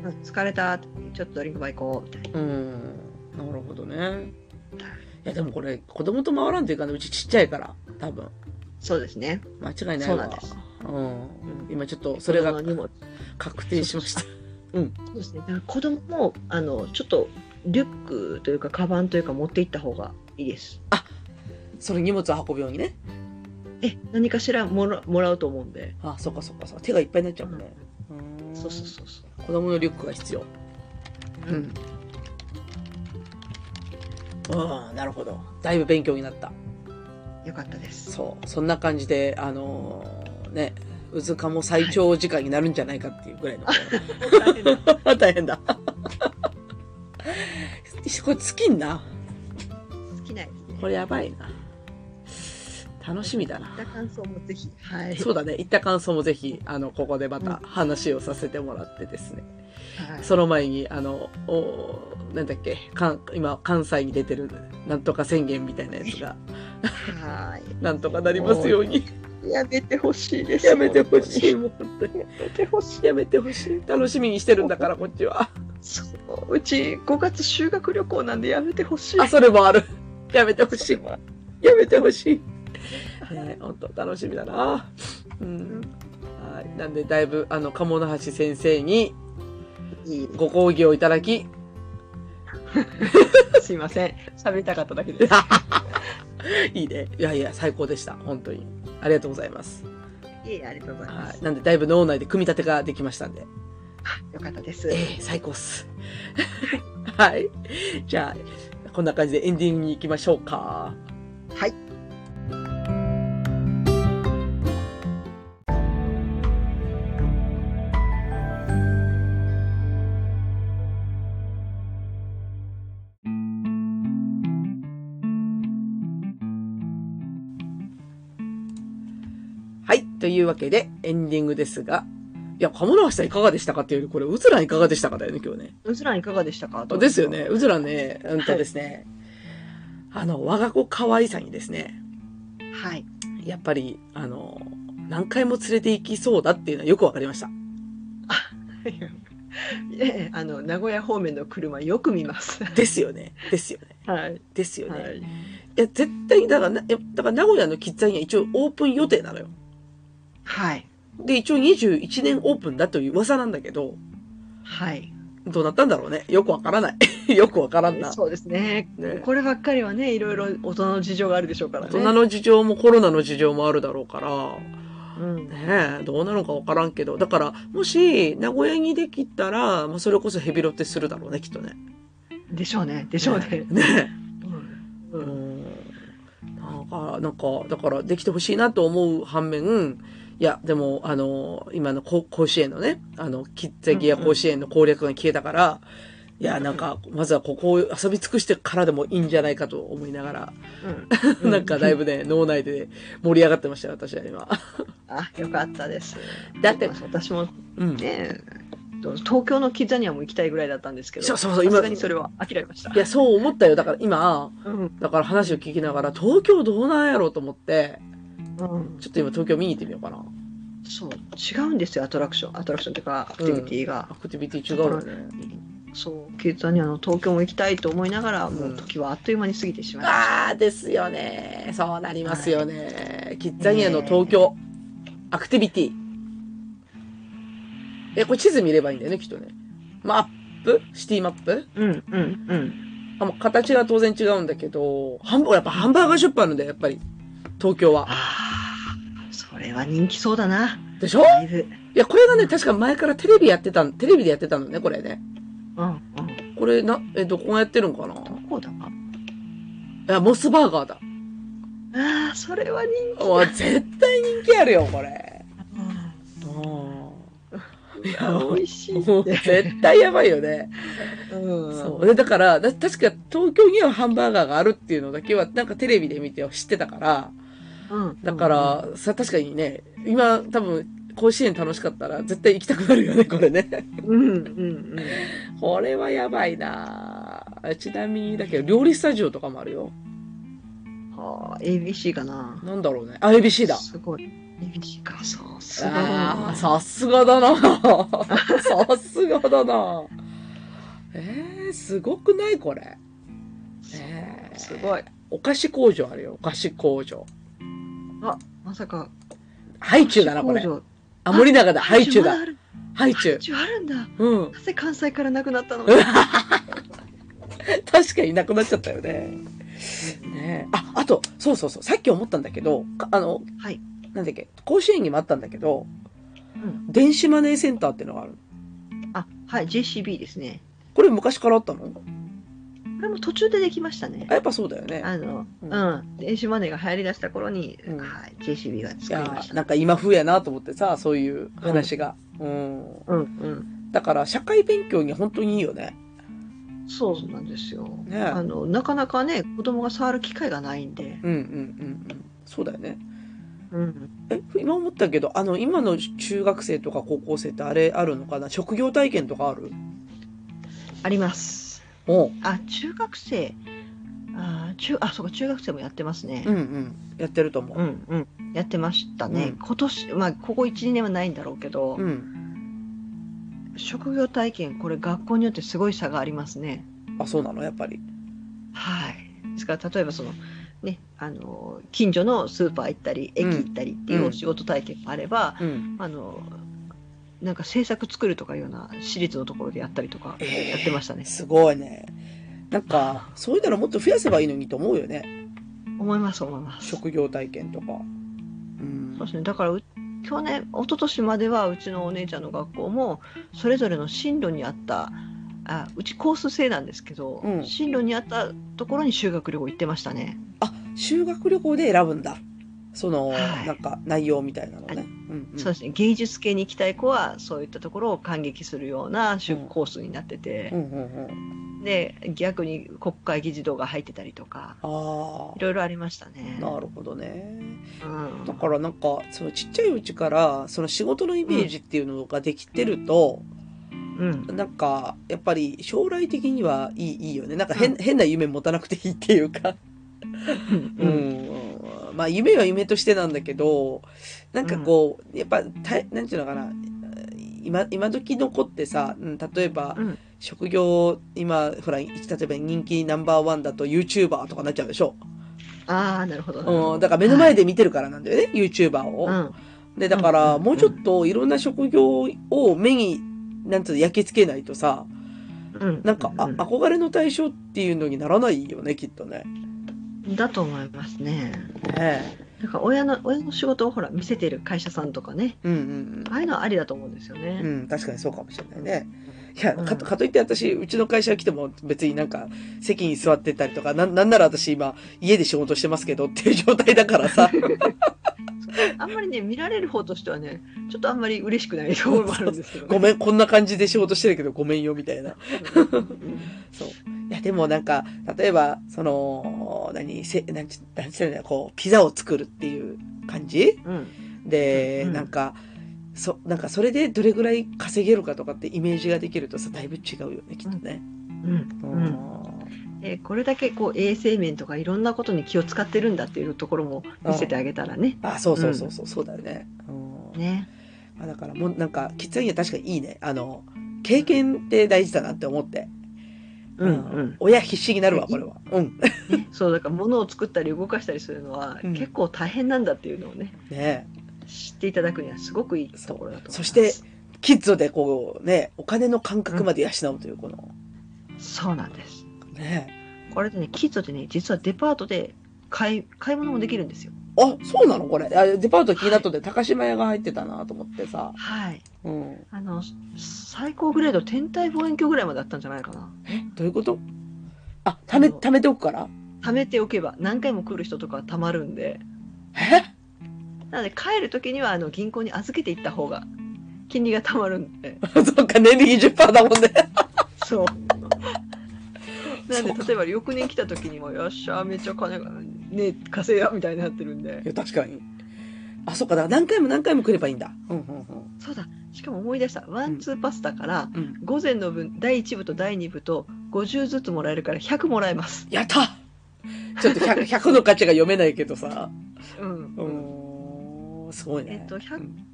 S3: うん疲れたちょっとドリンクバー行こうみたいな
S2: うん。なるほどね。いや、でもこれ、子供と回らんというかね、うちちっちゃいから、多分。
S3: そうですね
S2: 間違いないわ。
S3: そうなんです
S2: うん
S3: うん
S2: 今ちょっと、それが
S3: 子供にも
S2: 確定しました。
S3: そうですねだから子供もあのちょっとリュックというかカバンというか持っていった方がいいです
S2: その荷物を運ぶようにね。
S3: え何かしらもらもらうと思うんで
S2: あ、そっかそっかそっか。手がいっぱいになっちゃうもんね。ん
S3: そうそうそうそう
S2: 子供のリュックが必要。う
S3: うん
S2: ん。うん、なるほど。だいぶ勉強になった。
S3: よかったです。
S2: そう、そんな感じで、あのーね、うずかも最長時間になるんじゃないかっていうぐらいの。 大変だ。これ尽きんな。
S3: 好きないですね。
S2: これやばいな。楽しみだな。
S3: 言った感想もぜひ。はい。
S2: そうだね。言った感想もぜひ、あの、ここでまた話をさせてもらってですね。
S3: はい
S2: その前に、あの、おなんだっけ、関今、関西に出てる、なんとか宣言みたいなやつが、
S3: は
S2: なんとかなりますように。
S3: い。やめてほしいです。
S2: やめてほしい、もう 本当に。
S3: やめてほしい。
S2: やめてほしい。楽しみにしてるんだから、こっちは。
S3: そう。うち5月修学旅行なんでやめてほしい。
S2: あ、それもある。やめてほしい。やめてほしい。えー、本当楽しみだな。うん。はい。なんで、だいぶ、あの、鴨の橋先生に
S3: いい
S2: ご講義をいただき、
S3: すいません。喋りたかっただけです。
S2: いいね。いやいや、最高でした。本当に。ありがとうございます。
S3: いえいえ、ありがとうございま
S2: は
S3: す。
S2: い。なんで、だいぶ脳内で組み立てができましたんで。
S3: あよかったです。
S2: ええ最高っす。 はい。じゃあ、こんな感じでエンディングに行きましょうか。
S3: はい。
S2: はい。というわけで、エンディングですが、いや、鴨川さんいかがでしたかっていうより、これ、うずらんいかがでしたかだよね、今日ね。
S3: うずらんいかがでしたか
S2: あですよね。。うずらんね、うんとですね、あの、我が子可愛さにですね、
S3: はい。
S2: やっぱり、あの、何回も連れて行きそうだっていうのはよくわかりました。
S3: いえい えあの名古屋方面の車よく見ます。
S2: ですよね。ですよね。
S3: はい。
S2: ですよね。、
S3: はいい。
S2: や、絶対に、だからな、いやだから名古屋のキッザニア一応オープン予定なのよ。
S3: はい。
S2: で、一応21年オープンだという噂なんだけど、
S3: はい。
S2: どうなったんだろうね。よくわからない。 よくわからんな。
S3: そうですね。
S2: ね
S3: こればっかりはね、いろいろ大人の事情があるでしょうからね。
S2: 大人の事情もコロナの事情もあるだろうから、
S3: うん。
S2: ねえ、どうなのかわからんけど、だから、もし、名古屋にできたら、まあ、それこそヘビロテするだろうね、きっとね。
S3: でしょうね。でしょうね。
S2: ねえ。う
S3: う。
S2: んん。なんか、なんか、だから、できてほしいなと思う反面、いや、でも、あの、今のこ甲子園のね、あの、キッザギア甲子園の攻略が消えたから、いや、なんか、まずはここを遊び尽くしてからでもいいんじゃないかと思いながら、
S3: うん
S2: なんかだいぶね、脳内で盛り上がってましたよ、私は今。
S3: あ、よかったです。
S2: だって
S3: まあ私も
S2: うん。
S3: ね、どう東京のキッザニアも行きたいぐらいだったんですけど、
S2: そう
S3: さ
S2: そうそう、
S3: す
S2: 今、
S3: がにそれは諦めました
S2: い。や、そう思ったよ。だから今、
S3: うん。
S2: だから話を聞きながら、東京どうなんやろうと思って、
S3: うん。
S2: ちょっと今東京見に行ってみようかな。
S3: そう。違うんですよ、アトラクション。アトラクションっていうか、アクティビティが
S2: ア。クティビティ違うよね。
S3: そう、キッザニアの東京も行きたいと思いながら、も
S2: うん
S3: う時はあっという間に過ぎてしまいました。
S2: ああ、ですよね。そうなりますよね。キッザニアの東京、アクティビティ。え、これ地図見ればいいんだよね、きっとね。マップシティマップ
S3: うん、うん、うん。
S2: あもう形が当然違うんだけど、ハンバやっぱハンバーガーショップあるんだよ、やっぱり。東京は。
S3: ああ、それは人気そうだな。
S2: でしょ
S3: だいぶ。
S2: いや、これがね、確か前からテレビやってたん、テレビでやってたのね、これね。
S3: うん、うん。
S2: これな、え、どこがやってるんかな
S3: どこだか。
S2: いや、モスバーガーだ。
S3: ああ、それは人
S2: もう絶対人気あるよ、これ。
S3: 気。
S2: いや、
S3: うん、美味しい。
S2: もう絶対やばいよね。
S3: うん、
S2: そう。で、だから、だ確か東京にはハンバーガーがあるっていうのだけは、なんかテレビで見て知ってたから、
S3: うん。
S2: だから、さ、確かにね、今多分、甲子園楽しかったら絶対行きたくなるよね、これね。
S3: うん、うん、うん。
S2: これはやばいなぁちなみに、だけど、料理スタジオとかもあるよ。
S3: はあ、ABC かな。
S2: なんだろうね。あ、ABC だ。
S3: すごい。ABC か、そう、すごい。
S2: ああ、さすがだ な。さすがだな。えー、すごくないこれ。えー
S3: すごい。
S2: お菓子工場あるよ。お菓子工場。
S3: まさか。
S2: ハイチュウだな、これ
S3: 工。場
S2: あ、森永だ。ハイチュウ
S3: ま
S2: だ。
S3: ある
S2: ハイチ
S3: ハ
S2: ュ
S3: イ
S2: ウ。
S3: チュウあるんだ。
S2: うん。
S3: なぜ関西からなくなったの
S2: 確かにいなくなっちゃったよね。ねえあ、あと、そうそうそう。さっき思ったんだけど、かあの、
S3: はい
S2: なんだっけ、甲子園にもあったんだけど、
S3: ん
S2: 電子マネーセンターってのがある。
S3: あ、はい、JCB ですね。
S2: これ昔からあったの
S3: これも途中でできましたね
S2: あ。やっぱそうだよね。
S3: あの、
S2: う
S3: うんん、電子マネーが流行り出した頃に、
S2: うん
S3: はい、JCB が
S2: い
S3: 作
S2: や
S3: りまし
S2: ー
S3: た。
S2: なんか今風やなと思ってさ、そういう話が。うん。
S3: うん、
S2: だから、社会勉強に本当にいいよね。
S3: うん。そうなんですよ。
S2: ね
S3: あの、なかなかね、子供が触る機会がないんで。
S2: うんうんうんうん。そうだよね。
S3: うん。
S2: え、今思ったけど、あの、今の中学生とか高校生ってあれあるのかな職業体験とかある
S3: あります。
S2: おう。
S3: あ、中学生。あ、中、あ、そうか、中学生もやってますね。
S2: うんうん。やってると思
S3: う
S2: う。
S3: ん、うん。やってましたね。
S2: うん
S3: 今年、まあ、ここ1、2年はないんだろうけど、
S2: うん。
S3: 職業体験、これ学校によってすごい差がありますね。
S2: あ、そうなのやっぱり。
S3: はい。ですから例えばそのねあの近所のスーパー行ったり駅行ったりっていうお仕事体験もあれば、
S2: うん。
S3: あのなんか制作作るとかいうような私立のところでやったりとか
S2: ええ
S3: やってましたね。
S2: すごいね。なんか、そういうならもっと増やせばいいのにと思うよね。
S3: 思います思います。
S2: 職業体験とか。うん
S3: そうですね、だからう去年一昨年まではうちのお姉ちゃんの学校もそれぞれの進路に合ったあうちコース制なんですけど、
S2: うん
S3: 進路に合ったところに修学旅行行ってましたね
S2: あ、修学旅行で選ぶんだ。その、
S3: はい
S2: なんか内容みたいなのね。うんうん
S3: そうですね芸術系に行きたい子はそういったところを感激するような修
S2: うん
S3: コースになってて
S2: う、んうんうん。
S3: で逆に国会議事堂が入ってたりとか
S2: ああ。
S3: いろいろありましたね。
S2: なるほどね。
S3: うん
S2: だからなんか、そのちっちゃいうちから、その仕事のイメージっていうのができてると、
S3: うん
S2: なんか、やっぱり将来的にはいい、いいよね。なんか変、変な夢持たなくていいっていうか。
S3: うん
S2: う
S3: うん
S2: ん、まあ夢は夢としてなんだけど、なんかこう、やっぱ、たなんていうのかな、今、今時の子ってさ、うん例えば、
S3: うん
S2: 職業、今、ほら、例えば人気ナンバーワンだと YouTuber とかなっちゃうでしょ。
S3: ああなるほどなるほ
S2: うん、だから目の前で見てるからなんだよね、YouTuber
S3: どう
S2: を。
S3: ん
S2: で、だから、
S3: うん
S2: もうちょっといろんな職業を目に、なんつうの、焼き付けないとさ、
S3: うん
S2: なんか、あ、
S3: う
S2: 憧れの対象っていうのにならないよね、きっとね。
S3: だと思いますね。
S2: ねえ
S3: なんか親の親の仕事をほら見せてる会社さんとかね
S2: うんうん
S3: ああいうのはありだと思うんですよね。
S2: うん。うん、確かにそうかもしれないね。いや、
S3: うん
S2: かと、かといって私、うちの会社来ても別になんか席に座ってたりとか、なん、なんなら私今家で仕事してますけどっていう状態だから さ。
S3: あんまりね見られる方としてはねちょっとあんまり嬉しくないところもあるんですけど、ね、
S2: ごめん、こんな感じで仕事してるけどごめんよ、みたいな。
S3: うん
S2: そう。いや、でもなんか、例えば、その、何、せ、なんち、なんちゅうのこう、ピザを作るっていう感じ
S3: うん
S2: で、
S3: うん
S2: なんか、そ、なんかそれでどれぐらい稼げるかとかってイメージができるとさ、だいぶ違うよね、きっとね。
S3: うん
S2: う
S3: うんえーこれだけこう衛生面とかいろんなことに気を使ってるんだっていうところも見せてあげたらね。
S2: あ、そうそうそうそう、そうだよね。うん
S3: ね
S2: あだからもうなんか喫煙には確かにいいねあの経験って大事だなって思って、
S3: うん
S2: う
S3: うんん
S2: 親必死になるわ
S3: いい
S2: これはうん
S3: ね、そうだから物を作ったり動かしたりするのは
S2: うん
S3: 結構大変なんだっていうのをね
S2: ね
S3: 知っていただくにはすごくいいところだと思います。
S2: そうそしてキッズでこうねお金の感覚まで養うというこの、
S3: そうなんです。
S2: ね
S3: これでねキッズってね実はデパートで買い買い物もできるんですよ。
S2: あそうなのこれあデパート気になっとって高島屋が入ってたなと思ってさ、
S3: はい。
S2: うん、
S3: あの最高グレード天体望遠鏡ぐらいまであったんじゃないかな。
S2: どういうことあため
S3: あの
S2: 貯めておくから
S3: 貯めておけば何回も来る人とかは貯まるんで
S2: え
S3: なので帰る時にはあの銀行に預けていった方が金利が貯まるんで
S2: そうか年利20%だもんね
S3: そう な
S2: そ
S3: の
S2: うか
S3: で例えば翌年来た時にもよっしゃめっちゃ金がね稼いだみたいになってるんで
S2: いや確かにあそうかだから何回も何回も来ればいいんだうん
S3: そうだしかも思い出したワンツーパスタから
S2: うんうんうん
S3: 午前の分第1部と第2部と50ずつもらえるから100もらえます
S2: やったちょっ と 100, 100の価値が読めないけどさ。
S3: うん、
S2: うーん、すごいね。
S3: えっと100
S2: うん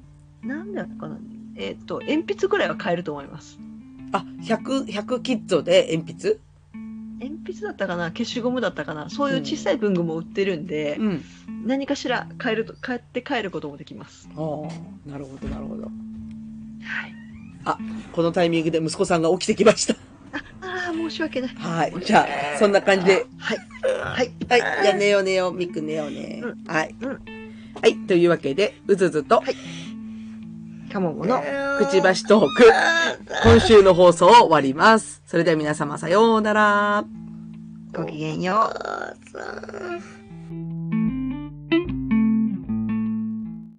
S3: なんだかなえっと鉛筆ぐらいは買えると思います
S2: あ、100、100キッズで鉛筆
S3: 鉛筆だったかな消しゴムだったかなそういう小さい文具も売ってるんで、
S2: ん。
S3: 何かしら買えると買って帰ることもできます。
S2: ああ、なるほど、なるほど。
S3: はい。
S2: このタイミングで息子さんが起きてきま した。
S3: ああ申し訳ない。
S2: はい。じゃあ、そんな感じで。
S3: はいはい
S2: はい。じゃあ寝よう寝よう、みく寝ようね
S3: う。
S2: はい。
S3: うん
S2: はい。というわけで、うずうずと、
S3: カモモの
S2: くちばしトーク、今週の放送を終わります。それでは皆様さようなら。
S3: ごきげんよう。
S1: 父さん